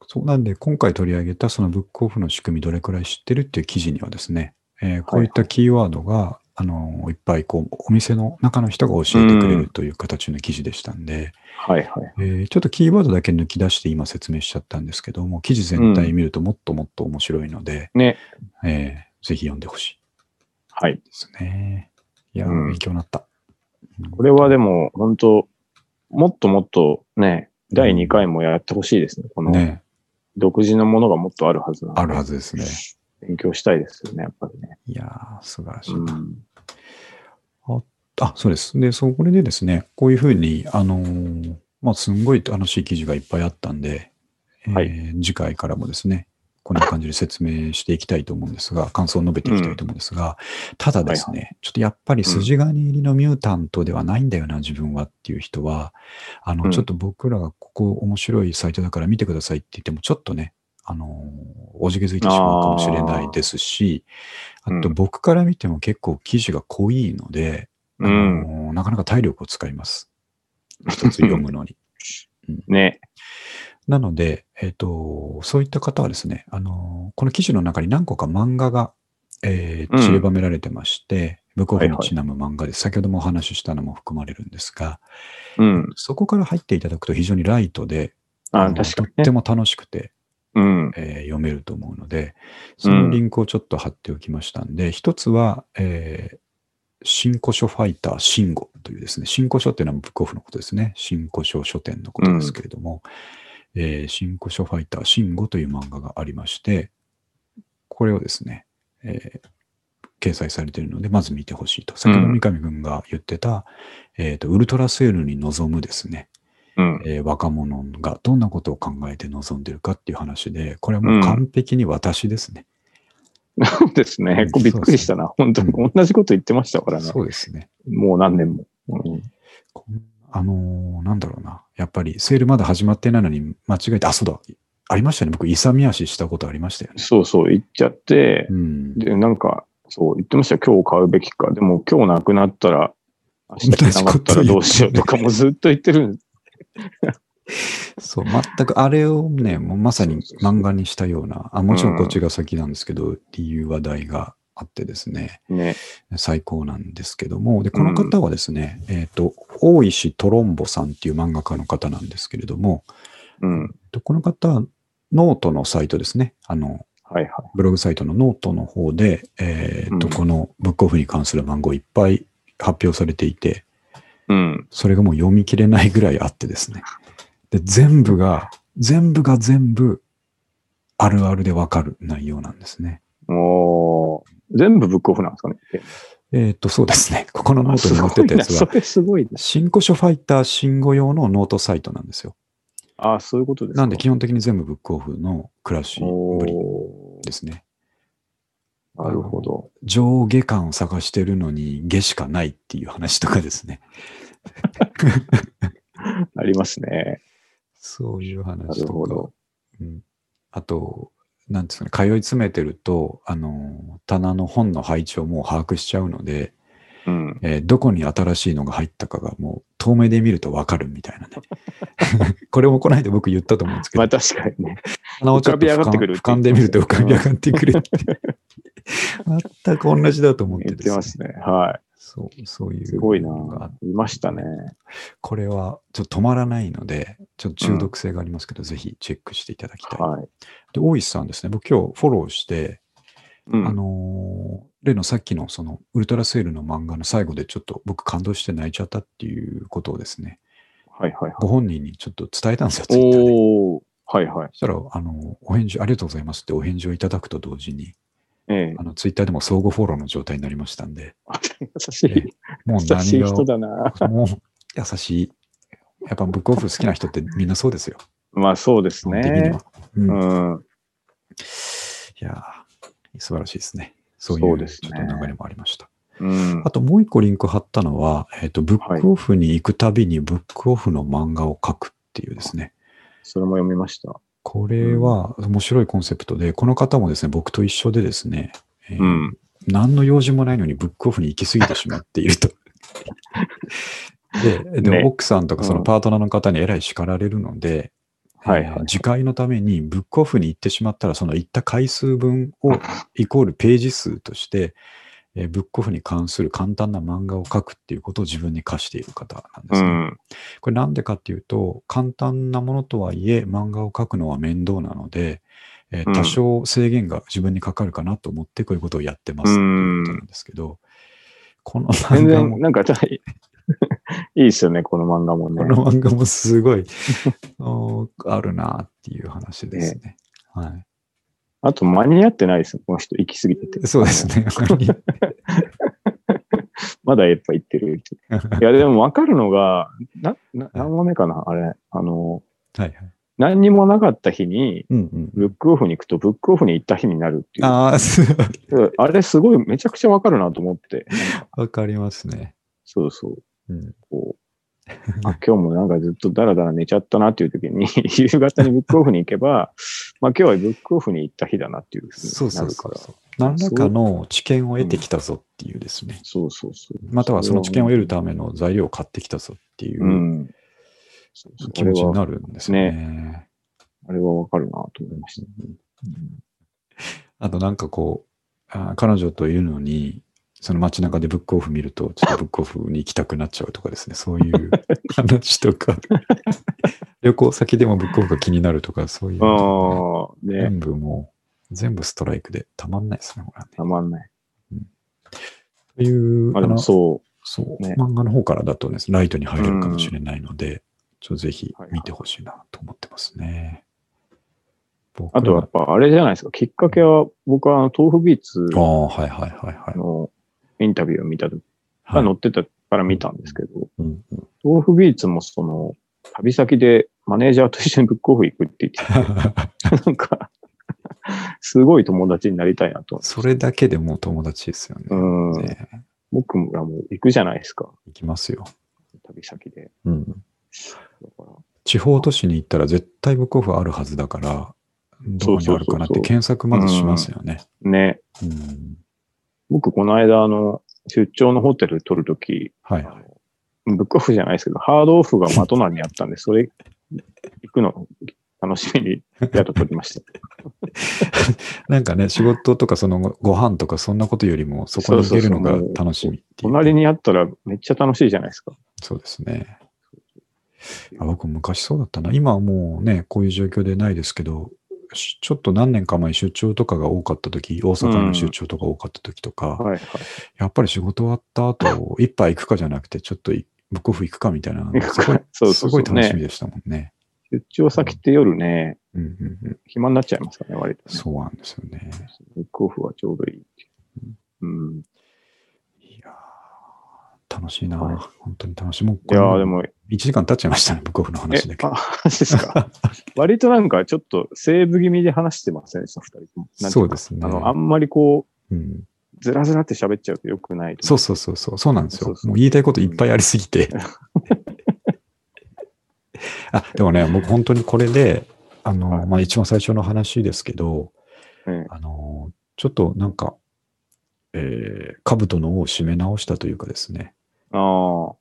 そうなんで、今回取り上げたそのブックオフの仕組みどれくらい知ってるっていう記事にはですね、えーこういったキーワードが、あのーいっぱいこう、お店の中の人が教えてくれるという形の記事でしたんで、はいはい。えーちょっとキーワードだけ抜き出して今説明しちゃったんですけども、記事全体見るともっともっと面白いので、ね。えーぜひ読んでほしはいい。ですね。いやー、うん勉強になった。うんこれはでも、本当もっともっとね、第2回もやってほしいですね。このね、独自のものがもっとあるはずなのであるはずですね。勉強したいですよね、やっぱりね。いやー、素晴らしい。うんあ、そうです。で、そう、これでですね、こういうふうに、あのーまあ、すんごい楽しい記事がいっぱいあったんで、えーはい次回からもですね、こんな感じで説明していきたいと思うんですが、感想を述べていきたいと思うんですが、ただですね、ちょっとやっぱり筋金入りのミュータントではないんだよな、自分はっていう人は、あの、うんちょっと僕らがここ面白いサイトだから見てくださいって言っても、ちょっとね、あのおじけづいてしまうかもしれないですし、ああーとうん僕から見ても結構記事が濃いので、あうのん。なかなか体力を使います。一つ読む のに。ね。なので、えっ、と、そういった方はですね、あの、この記事の中に何個か漫画が、えーうん散りばめられてまして、ブックオフはにいはいちなむ漫画で、先ほどもお話ししたのも含まれるんですが、うん。そこから入っていただくと非常にライトで、あ、の確かにとってね。も楽しくて、うん。えー読めると思うので、そのリンクをちょっと貼っておきましたんで、一つは、えー新古書ファイター新吾というですね、新古書っていうのはブックオフのことですね、新古書書店のことですけれども、えー新古書ファイター新吾という漫画がありまして、これをですね、えー掲載されているので、まず見てほしいと。先ほど三上君が言ってた、えーと、ウルトラセールに臨むですね、うん。えー若者がどんなことを考えて臨んでるかっていう話で、これはもう完璧に私ですね。そうですね。こうびっくりしたな。本当にう同じこと言ってましたからね。そうですね。もう何年も。うんこんあのーなんだろうな。やっぱりセールまだ始まってないのに間違えて、あ、そうだ。ありましたね。僕、勇み足したことありましたよね。そうそう、言っちゃってう、ん。で、なんか、そう、言ってましたよ。今日買うべきか。でも、今日なくなったら、明日着なかったらどうしようとかもずっと言ってるんです。そう、全くあれをね、もうまさにそうそうそう漫画にしたような、あもちろんうんこっちが先なんですけど、っていう話題があってですね、ね。最高なんですけども、で、この方はですね、えっ、と、大石トロンボさんっていう漫画家の方なんですけれども、うん。とこの方、ノートのサイトですね。あの、はいはブログサイトのノートの方で、えーっと、うんこのブックオフに関する番号いっぱい発表されていて、い。うん。それがもう読み切れないぐらいあってですね。で、全部が、全部が全部、あるあるでわかる内容なんですね。もう、全部ブックオフなんですかね。えーっと、そうです ね。ここのノートに載ってすごいたやなつは そ、れすごいです。新古書ファイター新語用のノートサイトなんですよ。あそういうことですか。なんで基本的に全部ブックオフの暮らしぶりおですね。ーなるほど。上下感を探してるのに下しかないっていう話とかですね。ありますね。そういうな話るとほかど。。うん、あと、なんですかね、通い詰めてると、あの、棚の本の配置をもう把握しちゃうので、うん。えーどこに新しいのが入ったかがもう遠目で見るとわかるみたいなね。 これもこの間僕言ったと思うんですけまど、あ確かにね。 棚をちょっと浮かび上俯がってく瞰る俯瞰で見ると浮かび上がってくるって。 全く同じだと思って言っですてねますね。はそう、そういい。うすごいなのがあっ。いましたね。これはちょっと止まらないので、ちょっと中毒性がありますけど、ぜひチェックしていただきたい。はい。で、大石さんですね、僕今日フォローして、うあん。のー例のさっきのそのウルトラセールの漫画の最後でちょっと僕感動して泣いちゃったっていうことをですね、はいはいはい。ご本人にちょっと伝えたんですよ、ツイッターで。おおはいはいそ。したら、あのお返事ありがとうございますってお返事をいただくと同時に、ええあのツイッターでも相互フォローの状態になりましたんで、あ 優しいええ。もう優し何いが人だな。もう優しい。やっぱブックオフ好きな人ってみんなそうですよ。まあそうです基本的にねは。。うんうん。いやー素晴らしいですね。そういそううですちょねっと流れもありました。うんあ。ともう一個リンク貼ったのは、えっとブックオフに行くたびにブックオフの漫画を描くっていうですね、それも読みました。これは面白いコンセプトで、この方もですね、僕と一緒でですね、えーうん。何の用事もないのにブックオフに行き過ぎてしまっていると。でで、ね奥さんとかそのパートナーの方にえらい叱られるので、はいはいえー次回のためにブックオフに行ってしまったら、その行った回数分をイコールページ数として、えーブックオフに関する簡単な漫画を書くっていうことを自分に課している方なんでうすね。ん。これなんでかっていうと、簡単なものとはいえ、漫画を描くのは面倒なので、えーうん多少制限が自分にかかるかなと思って、こういうことをやってますっていうことなんですけど、この漫全画も然、、なんか、たいいですよね、この漫画もこね。の漫画もすごい、おあるなっていう話ですね。はあと、間に合ってないですよ、この人、行き過ぎててい、。そうですね。まだやっぱ行って る。いや、でも分かるのが、な、な何話目かな、あれ。あの、はいはい。何にもなかった日に、うんうん。ブックオフに行くと、ブックオフに行った日になるっていう。ああ、すごいうんあれ、すごい、めちゃくちゃ分かるなと思って。わかりますね。そうそう。うん、こ あ今日もなんかずっとダラダラ寝ちゃったなっていう時に、 夕方にブックオフに行けば、まあ今日はブックオフに行った日だなっていうふうにそうなそるうそから。うそう。何らかの知見を得てきたぞっていうですね。そうそうそう。またはその知見を得るための。。の材料を買ってきたぞっていううんそうそう気持ちにあれはなるんですね。あれはわかるなと思いました。あとなんかこう、あ彼女といるのに、その街中でブックオフ見ると、ちょっとブックオフに行きたくなっちゃうとかですね、そういう 話とか、 旅行先でもブックオフが気になるとか、そういうのとかね、ああ、ね、全部もう、全部ストライクでたまんないですね、ほらね。たまんない。という、あ、であものそそう、ね漫画の方からだとですね、ライトに入れるかもしれないので、ちょっとぜひ見てほしいなと思ってますね。う。あとはやっぱあれじゃないですか。きっかけは、僕はあの豆腐ビーツ僕ら、ああ、はいはいはいはい。のインタビューを見た時、はいが載ってたから見たんですけど、うん うん豆腐ビーツもその、旅先でマネージャーと一緒にブックオフ行くって言 ってて、なんか、すごい友達になりたいなと。それだけでもう友達ですよね。うん。ね僕らも行くじゃないですか。行きますよ、旅先で。うん。だから地方都市に行ったら絶対ブックオフあるはずだから、どこにあるかなっそうそうそうそてう検索まずしますよね。ね、うん僕この間あの、出張のホテル取るとき、はいあ。のブックオフじゃないですけど、ハードオフがマトナにあったんで、それ行くの楽しみに宿取り ました。なんかね、仕事とかそのご飯とかそんなことよりもそこに行けるのが楽しみっていう。隣にあったらめっちゃ楽しいじゃないですか。そうですね。あ僕昔そうだったな。今はもうね、こういう状況でないですけど、しちょっと何年か前出張とかが多かった時、大阪への出張とか多かった時とか、はいはい。やっぱり仕事終わった 後、一杯行くかじゃなくて、ちょっといブックオフ行くかみたいなのが行すくごいか、 そうすそうそうごい楽しみでしたもんね。出張先って夜ね、うんうんうん、暇になっちゃいますからね、割と、ね。そうなんですよね。ブックオフはちょうどいいっていう。うん。いやー楽しいな、はい本当に楽しい。もういこれやーでも、 1時間経っちゃいましたね、ブックオフのえ話だ、けあ、。話です か。割となんかちょっとセーブ気味で話してませんでした、二人とも。なんていそううかですねあ。の、あんまりこうん、う、ずらずらって喋っちゃうと良くないとそ思うそうそうそう、そうなんですそよう。そうもう言いたいこといっぱいありすぎ て。あでもね、僕本当にこれで、あの、はいまあ、一番最初の話ですけど、う。うんあのちょっとなんか、えー、兜の尾を締め直したというかですね、あ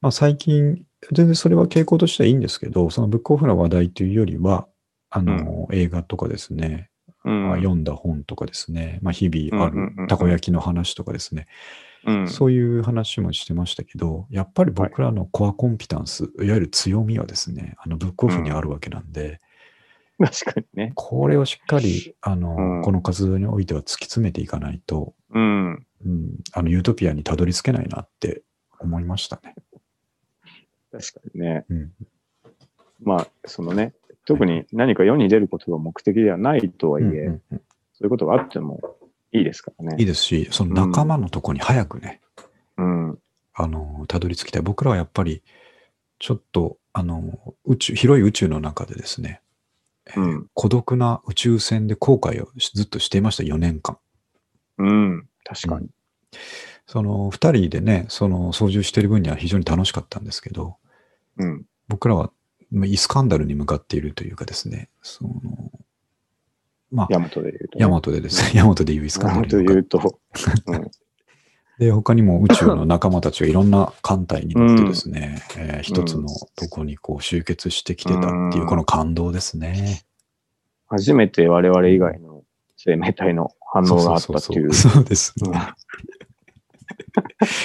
まあ、最近、全然それは傾向としてはいいんですけど、そのブックオフの話題というよりは、あの映画とかですね、あ、うん。まあ、読んだ本とかですね、まあ、日々あうんうんうんうるんたこ焼きの話とかですね、うん、そういう話もしてましたけど、やっぱり僕らのコアコンピタンス、い、わゆる強みはですね、あのブックオフにあるわけなんで、確かにね。これをしっかりあの、うんこの活動においては突き詰めていかないと、ううん。ん、あのユートピアにたどり着けないなって思いましたね。確かにね。うんまあ、そのね、特に何か世に出ることが目的ではないとはいえ、うんうんうんそういうことがあってもいいですからね。いいですし、その仲間のとこに早くね、うん。あのたどり着きたい。僕らはやっぱりちょっとあの宇宙広い宇宙の中でですね、えーうん孤独な宇宙船で後悔をしずっとしていました、4年間。うん。確かに。その2人でね、その操縦してる分には非常に楽しかったんですけど、うん。僕らはまあイスカンダルに向かっているというかですね、その、まあ、ヤマトで言うと、ね。ヤマトでですね、ヤマトでいうイスカンダルとに言向かうと、うん、で、他にも宇宙の仲間たちがいろんな艦隊に乗ってですね、えー一つのとこにこう集結してきてたっていうう、んこの感動ですね。初めて我々以外の生命体の反応があったっていう。そうそうそうそうですうん ね。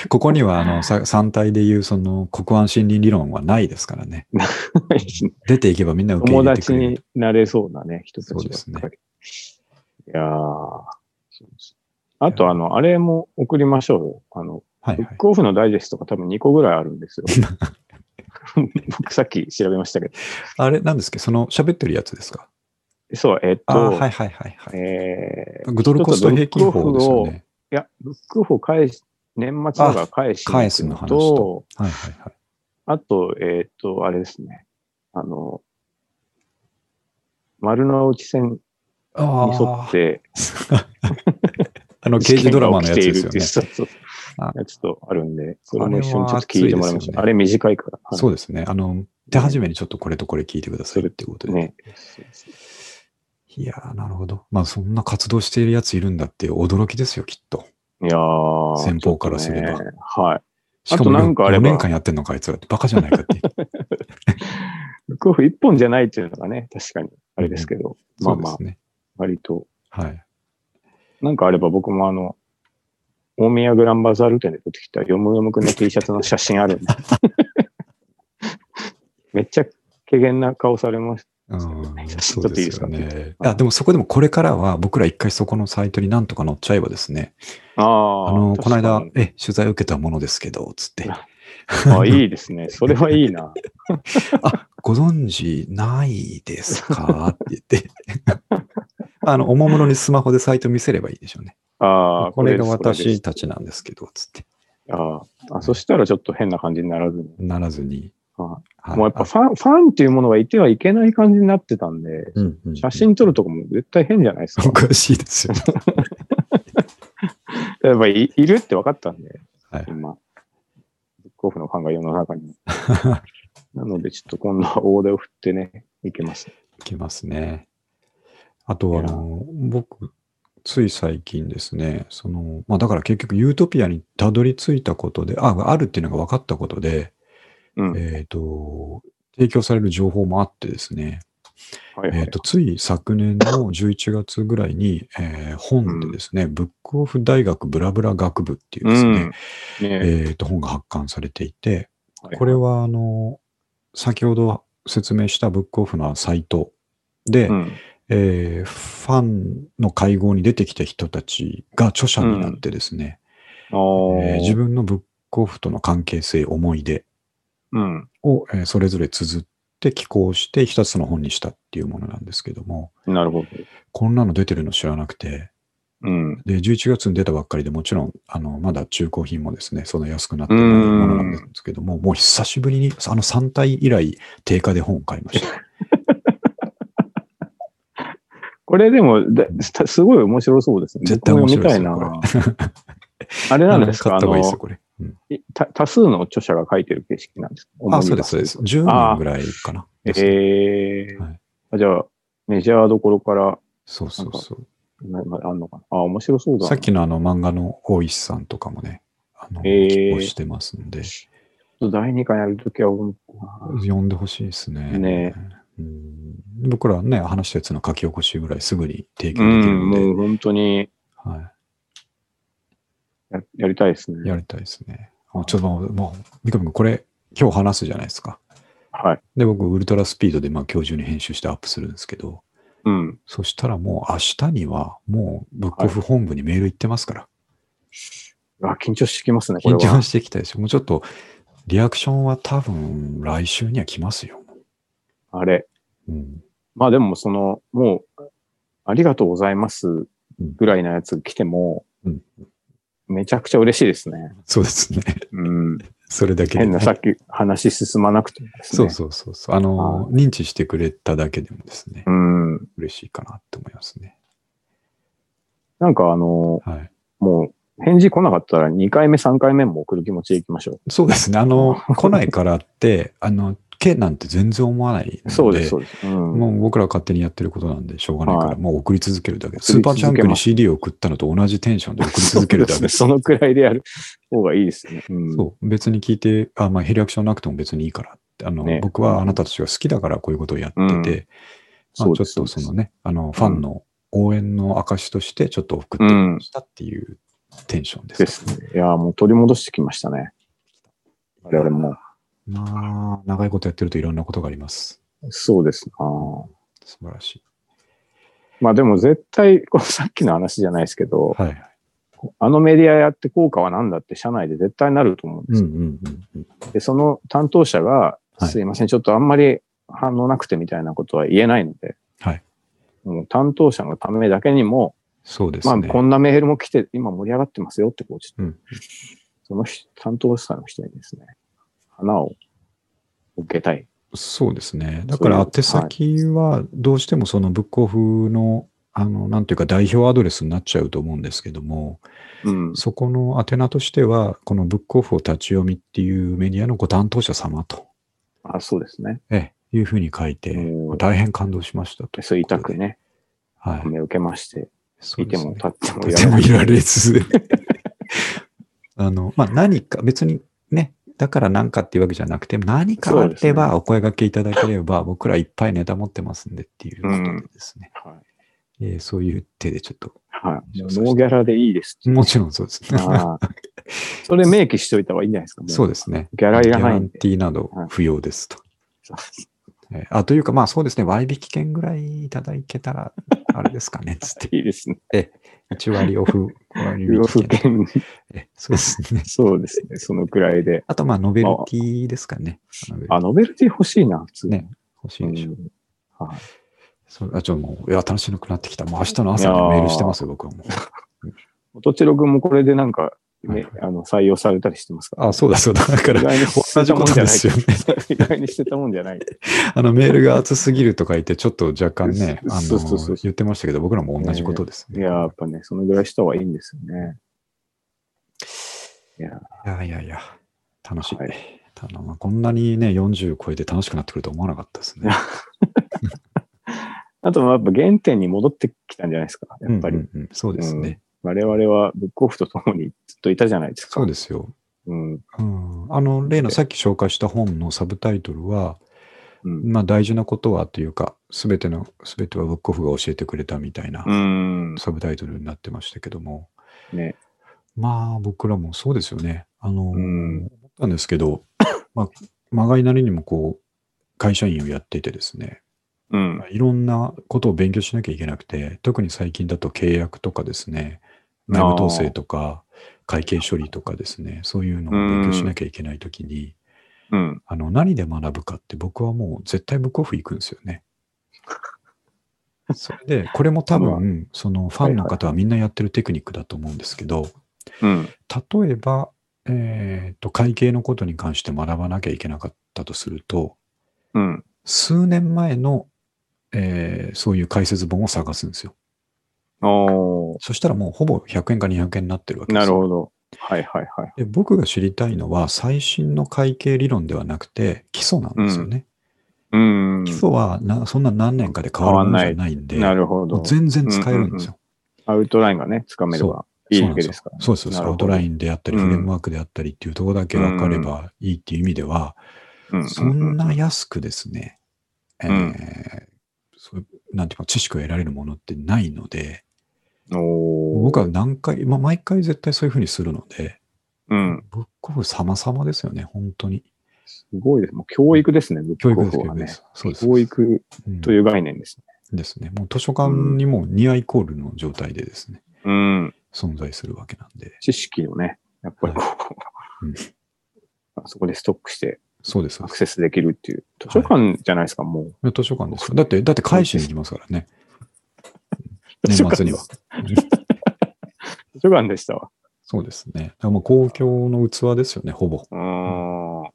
ここには、あの、さ三体でいう、その、国安森林理論はないですからね。出ていけばみんな受け友入れてく達れる。になれそうなね、人たそうちですねばっかり。いやーそうですあと、あの、あれも送りましょうよ。あの、はいブはッい。クオフのダイジェストが多分2個ぐらいあるんで すよ。僕さっき調べましたけど。あれ、なんですっけど、その、喋ってるやつですかそう、えっと、ああ、はいはいはいはい。えー、グドルコスト平均法ですよね。いや、ブックオフを返し、年末だから返しに返す行のく話とと、。はいはいはい。あと、えっ、と、あれですね。あの、丸の内線あに沿って、 あ。あの、刑事ドラマのやつですよね。事件が起きているっていうそうそういやちょっとあるんで、そあれれはも一緒にちょっと聞いてもらいましょう。あれ,、熱短いから。はいそうですね。あの、手始めにちょっとこれとこれ聞いてくださいっていうことで。ね。いやー、なるほど。まあ、そんな活動しているやついるんだって驚きですよ、きっと。いやー先方からすればちょっとねはい。しかもあとなんかあれ4ば年間やってんのか、あいつらって。バカじゃないかって。ブックオフ一本じゃないっていうのがね、確かにあれですけど、 まそあうでまあす、ね。割と、はい。なんかあれば僕もあの、大宮グランバザール店で取ってきたよむよむくんの T シャツの写真あるん で。めっちゃ軽減な顔されましうちょん、っそうといいでですすよかね。あでもそこでもこれからは僕ら一回そこのサイトになんとか載っちゃえばですね、た。あああの、この間確、え、取材を受けたものですけど、つって、かにあ、いいですね。それはいいな。あ、ご存知ないです かって言って、 あの、おもむろにスマホでサイト見せればいいでしょうね。ああ、これがです私たちなんですけど、つって、あああ、そしたらちょっと変な感じにならずに。ならずに。ははいもうやっぱファン、ファンっていうものがいてはいけない感じになってたんで、うんうん写真撮るとかも絶対変じゃないですかお。かしいですよね。やっぱいいるって分かったんで、はい今、ブックオフのファンが世の中に。なので、ちょっと今度は大手を振ってね、いけます。いきますね。あとは、あいやの、僕、つい最近ですね、その、まあだから結局ユートピアにたどり着いたことで、あ、あるっていうのが分かったことで、うん。はいえっ、と、提供される情報もあってですね、はい、えー、とつい昨年の11月ぐらいに、えー本でですね、ブックオフ大学ブラブラ学部っていうですうん。ねね、ええー、と本が発刊されていて、はいこれはあの先ほど説明したブックオフのサイトで、うん。えーファンの会合に出てきた人たちが著者になってですね、あーえー自分のブックオフとの関係性、思い出うん。を、えーそれぞれ綴って寄稿して一つの本にしたっていうものなんですけども、なるほど。こんなの出てるの知らなくて、うん。で、11月に出たばっかりでもちろん、あの、まだ中古品もですね、その安くなってないものなんですけども、もう久しぶりに、あの3体以来、定価で本を買いま した。これでもだ、すすごい面白そうですね。絶対面白いですよ僕も読みたいな。あれなんですかあ の買っあた方がいいですよ、のこれ。うんいた多数の著者が書いてる形式なんですかあ、そうです、そうで。す。10あ人ーぐらいかな。でえすねえーはいあじゃあ、メジャーどころから、そうそうそう。ななあんのかなあ、面白そうだな。さっきのあの漫画の大石さんとかもね、あの、えー寄稿してますんで、第2回やるときは思読んでほしいですね。ねうん僕らね、話したやつの書き起こしぐらいすぐに提う、う供できるん、んで、もう本当にはい。ややりたいですね。やりたいですね。あちょっともう、もう三上君、これ、今日話すじゃないですか。はい。で、僕、ウルトラスピードで、まあ、今日中に編集してアップするんですけど、うん。そしたらもう明日には、もう、ブックオフ本部にメール行ってますから、あ、緊張してきますね、これ緊は。張してきたでしょ。もうちょっと、リアクションは多分、来週には来ますよ。あれ。うん。まあでも、その、もう、ありがとうございますぐらいのやつ来ても、うんめちゃくちゃ嬉しいですね。そうですね。うん。それだけで、変な、さっき話進まなくてもですそうね。そうそうそう。あの、認知してくれただけでもですね、うん。嬉しいかなって思いますね。なんかあの、はい。もう、返事来なかったら2回目、3回目も送る気持ちでいきましょそうですね。あの、来ないからって、 あの、K なんて全然思わないのう。で。そうです、そうです。うん。もう僕らが勝手にやってることなんでしょうがないから、はいもう送り続けるだけ。ス送ーり続けパますーチャンクに CD を送ったのと同じテンションで送り続けるだ そうけ。ですね。そのくらいでやる方がいいですね。うん。そう別に聞いて、あ、まあ、ヘリアクションなくても別にいいからってあの、ね僕はあなたたちが好きだからこういうことをやってて、まあ、そうちょでっすとそのね、あの、ファンの応援の証としてちょっと送ってうきんましたっていうテンションです。ですね。いやー、もう取り戻してきましたね。我々も。まあ、長いことやってるといろんなことがあります。そうですな。素晴らしい。まあでも絶対、こうさっきの話じゃないですけど、はいはい。あのメディアやって効果は何だって社内で絶対なると思うんでうんすうよ。んうんうん。で、その担当者が、はいすいません、ちょっとあんまり反応なくてみたいなことは言えないので、はいもう担当者のためだけにも、そうですまあ、ね。こんなメールも来て、今盛り上がってますよって、こう、ちょっと、うんその人担当者の人にですね、花を受けたい。そうですね。だからそういう宛先はどうしてもそのブックオフのあの、なんていうか代表アドレスになっちゃうと思うんですけども、うん。そこの宛名としては、このブックオフを立ち読みっていうメディアのご担当者様と、あ、そうですね。ええ、いうふうに書いて、うん大変感動しましたと。そう、痛く。ね、はい。目を受けまして、そういてですねも立ってもとてもいられず。 あの、まあ、何か、別にね、だから何かっていうわけじゃなくて、何かあればお声掛けいただければ、 僕らいっぱいネタ持ってますんでっていうことでですね、はい。えーそういう手でちょっと、はい。そノうそうーギャラでいいですって。もちろんそうですね。あーそれ明記しといた方がいいんじゃないですか。もそうですね。ギャラいらないギャラんンで。。ティーなど不要ですと。えーあというか、まあそうですね、割引券ぐらいいただけたら、あれですかね、つっていいですね。 1割オフ、割不要不引券。券、えそうですね。そうですね。そのくらいで。あと、まあ、ノベルティですかね。ノベルティあ、ノベルティ欲しいな、普通に。ね欲しいでしょ。うんはいそうあ、ちょ、もう、いや、楽しくなってきた。もう明日の朝にメールしてますよ、僕はもう。元千代君もこれでなんか、はねい、あの、採用されたりしてますから。あ、そうだ、そうだ。だから、意外に捨同てじたもこんとじゃでないすよね。意外に捨てたもんじゃない。 あの、メールが熱すぎるとか言って、ちょっと若干ね、あそうそうそうの、言ってましたけど、僕らも同じことですいね。やー、やっぱね、そのぐらいした方がいいんですよね。いやいやいやいや、楽しい。はいただまあこんなにね、40超えて楽しくなってくると思わなかったですね。あとはやっぱ原点に戻ってきたんじゃないですか。やっぱり。うんうんうんそうですね。我々はブックオフと共にずっといたじゃないですか。そうですよ。うん。うん、あの、例のさっき紹介した本のサブタイトルは、うん。まあ、大事なことはというか、すべての、すべてはブックオフが教えてくれたみたいなうん。サブタイトルになってましたけども、ね。まあ、僕らもそうですよね。あの、うん思ったんですけど、 まあ、まがいなりにもこう、会社員をやっていてですね、うん。いろんなことを勉強しなきゃいけなくて、特に最近だと契約とかですね、内部統制とか、会計処理とかですね、そういうのを勉強しなきゃいけないときに、うん。あの、何で学ぶかって僕はもう絶対ブックオフ行くんですよね。それで、これも多分、そのファンの方はみんなやってるテクニックだと思うんですけど、うん。例えば、えっと、会計のことに関して学ばなきゃいけなかったとすると、うん。数年前の、えーそういう解説本を探すんですよ。おーそしたらもうほぼ100円か200円になってるわけでなするよ。ほど。はいはいはい。で僕が知りたいのは最新の会計理論ではなくて基礎なんですよね。うん基。礎はなそんな何年かで変わるものじゃないんで、なるほもどう。全然使えるんですよ。アウトラインがね、つかめればいいそうなわんでけすでよすからね。そうですそうです。アなるウほトどラインであったり、うんフレームワークであったりっていうところだけ分かればいいっていう意味では、うんそんな安くですね、えーうんそうなんていうか知識を得られるものってないので、おー僕は何回、まあ、毎回絶対そういうふうにするので、うん。ブックオフ様々ですよね、本当に。すごいです。もう教育ですね、ブッ教育クオです、フ教は育でね。す。そうです。教育うんという概念ですね。ですね。もう図書館にもニアイコールの状態でですね、うん。存在するわけなんで。知識をね、やっぱりこう、はいうんあそこでストックしてそうです。アクセスできるっていう。図書館じゃないですか、もう。図書館ですよ。だって、だって返しに行きますからね。図書年館末には。図書館でしたわ。そうですね。だからもう公共の器ですよね、ほぼ。うーん。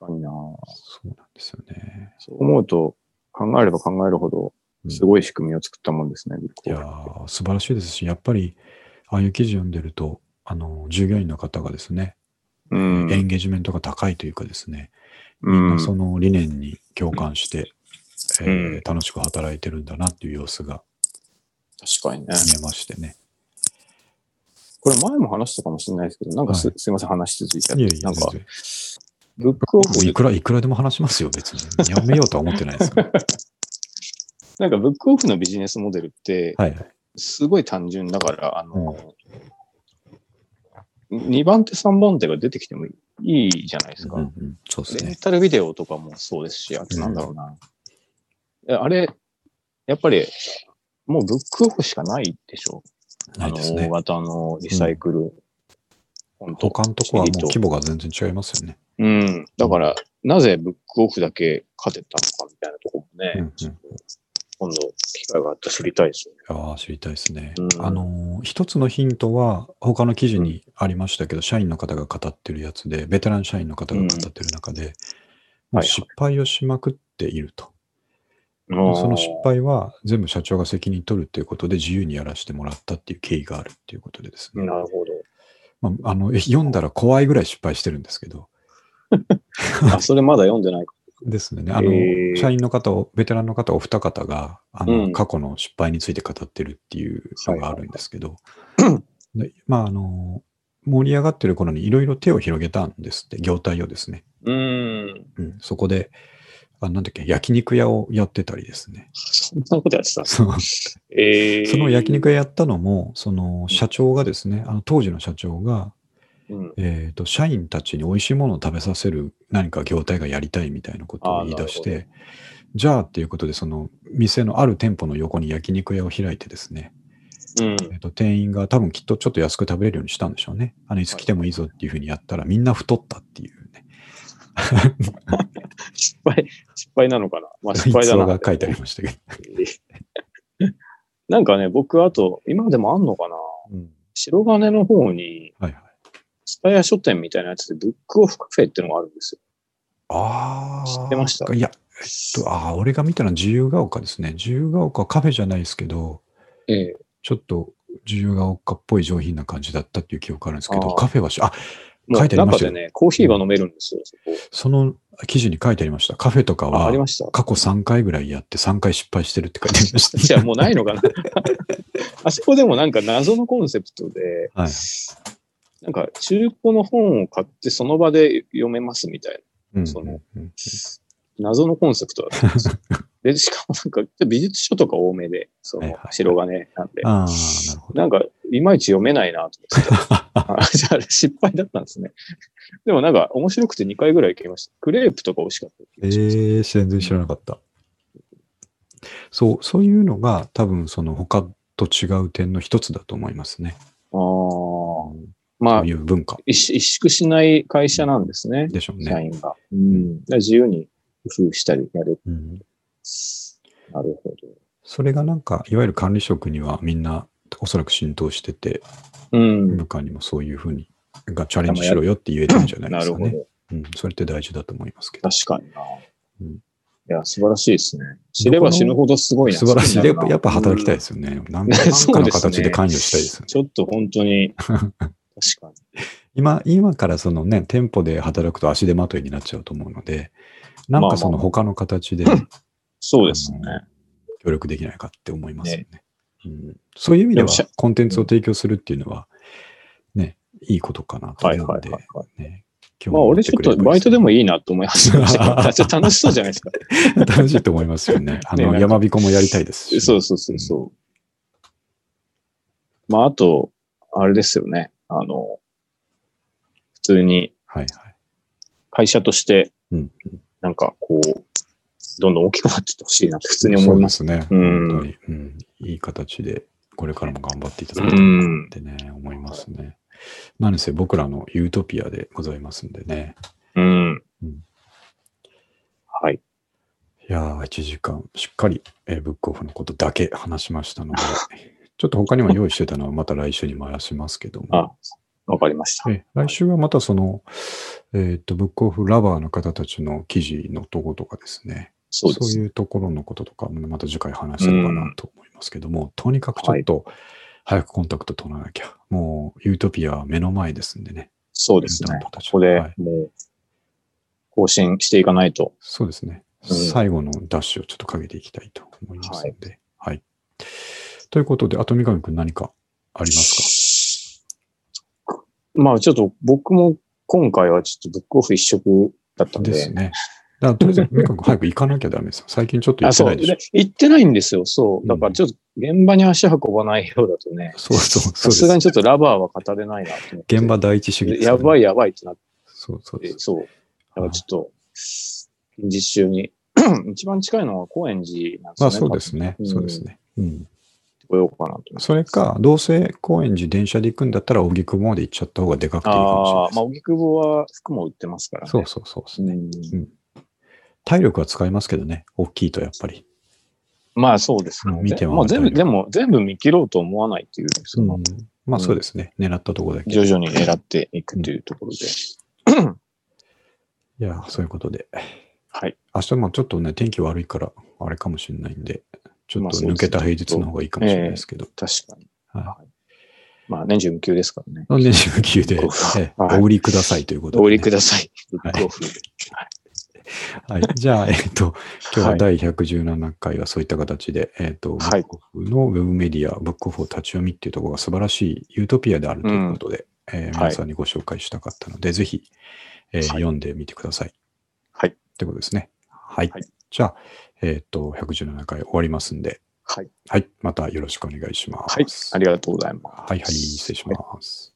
確かになそうなんですよね。そう思うと、考えれば考えるほど、うんすごい仕組みを作ったもんですね、いやブックオフってー素晴らしいですし、やっぱり、ああいう記事読んでると、あの、従業員の方がですね、うエん。ンゲージメントが高いというかですね、うん。その理念に共感して、えーうん楽しく働いてるんだなっていう様子が確かにね。見えましてね。これ前も話したかもしれないですけど、なんかす,、はいすいません、話続いちゃっいて。やいやなんか、全然ブックオ僕いフ、くら、いくらでも話しますよ、別に。やめようとは思ってないです よ。なんかブックオフのビジネスモデルって、はいはい。すごい単純だから、あの、2番手、3番手が出てきてもいいじゃないですか。うんうんそうですレンね。タルビデオとかもそうですし、あとなんだろうな。えあれ、やっぱり、もうブックオフしかないでしょ。ないですあの、大ね。型のリサイクル。本当他のとこはもう規模が全然違いますよね。うん。だから、なぜブックオフだけ勝てたのかみたいなところもね、うんうんちょっと今度、機会があったら知りたいですよね。ああ、知りたいですね。うんあのー、一つのヒントは、他の記事にありましたけど、社員の方が語ってるやつで、ベテラン社員の方が語ってる中で、もうはい失敗をしまくっていると。その失敗は全部社長が責任取るっていうことで自由にやらせてもらったっていう経緯があるっていうことでですね。なるほど。まあ、あのえ読んだら怖いぐらい失敗してるんですけど、あ、それまだ読んでないか。ですね。あの、へー社員の方を、ベテランの方、お二方が、あの、うん過去の失敗について語ってるっていうのがあるんですけど、 でまあ、あの、盛り上がってる頃にいろいろ手を広げたんですって、業態をですね。うーん。うん、そこで、あなんだっけ、焼肉屋をやってたりですね。そんなことやってたんですそうえーその焼肉屋やったのも、その社長がですね、あの当時の社長が、うんえーと、社員たちに美味しいものを食べさせる何か業態がやりたいみたいなことを言い出しあーなて、じゃあっていうことで、その店のある店舗の横に焼肉屋を開いてですね、うん。えーと店員が多分きっとちょっと安く食べれるようにしたんでしょうね。あの、いつ来てもいいぞっていうふうにやったら、みんな太ったっていうね、失敗、失敗なのかな。まあ 失逸敗だ話なが。書いてありましたけど。なんかね、僕、あと、今でもあんのかな。うん白金の方に、はいはい。スタヤ書店みたいなやつで、ブックオフカフェっていうのがあるんですよ。ああ。知ってましたいや、えっと、ああ、俺が見たのは自由が丘ですね。自由が丘カフェじゃないですけど、ええちょっと自由が丘っぽい上品な感じだったっていう記憶があるんですけあど、ーカフェはし、あ、も書ういてありま中したでよね、コーヒーが飲めるんですよ、そこ。その記事に書いてありました。カフェとかあ、あはりました。過去3回ぐらいやって3回失敗してるって書いてありました。じゃあもうないのかな。 あそこでもなんか謎のコンセプトで、はい。なんか中古の本を買ってその場で読めますみたいうんそのうんうんな謎のコンセプトだったんです よ。で、しかもなんか美術書とか多めで、そはいのはい白金なんで、ああ、なるほど。なんかいまいち読めないなと思って た。あじゃああれ失敗だったんですね。でもなんか面白くて2回ぐらい行きました。クレープとか美味しかった。ええー、全然知らなかった。そう、そういうのが多分その他と違う点の一つだと思いますね。あーまそあう、いう文化萎縮萎縮しない会社なんですね。でしょう社ね。員が。うん。だから自由に工夫したりやる。うんなるほど。それがなんか、いわゆる管理職にはみんなおそらく浸透してて、うん。部下にもそういうふうに、がチャレンジしろよって言えてるんじゃないでなするかほね。ど。うん、それって大事だと思いますけど。確かにな。うんいや、素晴らしいですね。知れば知るほどすごいな。素晴らしい。それやっになぱるやなっぱ働きたいですよね。 なんかなんかねそうのですね形で関与したいですよね。ちょっと本当に。確かに。今、今からそのね、店舗で働くと足手まといになっちゃうと思うので、なんかそまのあまあ他の形でそうですね。協力できないかって思います よね。うん、そういう意味ではでもしゃ、コンテンツを提供するっていうのは、ね、いいことかなとはい思うんはいで、はいはい。ね。今まあ、俺ちょっとバイ トでもいいなと思いました。 ちょっと楽しそうじゃないですか。楽しいと思いますよね。あねなんの、か山彦もやりたいですし。そうそうそうそう。まあ、あと、あれですよね。あの、普通にはいはい。会社としてうん、なんかこう、どんどん大きくなってってほしいなって普通に思います。そうですね。うん本当に、うん。いい形で、これからも頑張っていただう。きたいなんってね、思いますね。何せ僕らのユートピアでございますんでね。うんうん。はい。いやー、1時間、しっかり、えーブックオフのことだけ話しました ので、ちょっと他にも用意してたのはまた来週に回しますけども。あ、わかりました。え来週はまたその、えっと、ブックオフラバーの方たちの記事のとことかですね。そうそでうす。いうところのこととか、また次回話せればなと思いますけども、とにかくちょっと早くコンタクト取らなきゃ。もう、ユートピアは目の前ですんでね。そうですユーねタン。トたこちこではい、もう、更新していかないと。そうですね。うん最後のダッシュをちょっとかけていきたいと思いますので。はい。ということで、あと三上くん何かありますまあ、ちょっと僕も今回はちょっとブックオフ一色だったかんで。ですね。だから、とりあえず、 三上くん早く行かなきゃダメですよ。最近ちょっと行あ、ってそなう。いでしょで。行ってないんですよ。そうう。んだからちょっと現場に足運ばないようだとね。そうそう、そさうすがでにす。ちょっとラバーは語れないなと思って。現場第一主義です、やばい。いやばいってなっそうそうでて、す。そう。だからちょっと、近日中に、 一番近いのは高円寺なんまですよね。あそうですね。うんそうですね。うん。こようかなと思って。それか、どうせ高円寺電車で行くんだったら、荻窪まで行っちゃった方がでかくていいかもしれないああでー、すまあ、。荻窪は服も売ってますからね。そうそうそうですね。うん体力は使いますけどね。大きいとやっぱり。まあ、そうですねうん見て回もうったり全部、でも、全部見切ろうと思わないっていう、その、うんまあそうですね。狙ったところだけ。徐々に狙っていくというところで。いや、そういうことで。はい。明日もちょっとね、天気悪いから、あれかもしれないんで、ちょまっあとそう抜ですねけた平日の方がいいかもしれないですけど、確かに。はまあ、年中無休ですからね。い。年始無休で、 はいええお売りくださいということで、お売りください。ブ はいックオフ。はい。じゃあ、えっと、今日ははい第117回はそういった形で、えっと、ブはいックオフのウェブメディア、ブックオフを立ち読みっていうところが素晴らしいユートピアであるということで、えーはい皆さんにご紹介したかったので、ぜひ、えーはい読んでみてください。はい。ということですね。はい。はいじゃあ、えっと、117回終わりますんで、はい。はい。またよろしくお願いします。はい。ありがとうございます。はいはい、失礼します。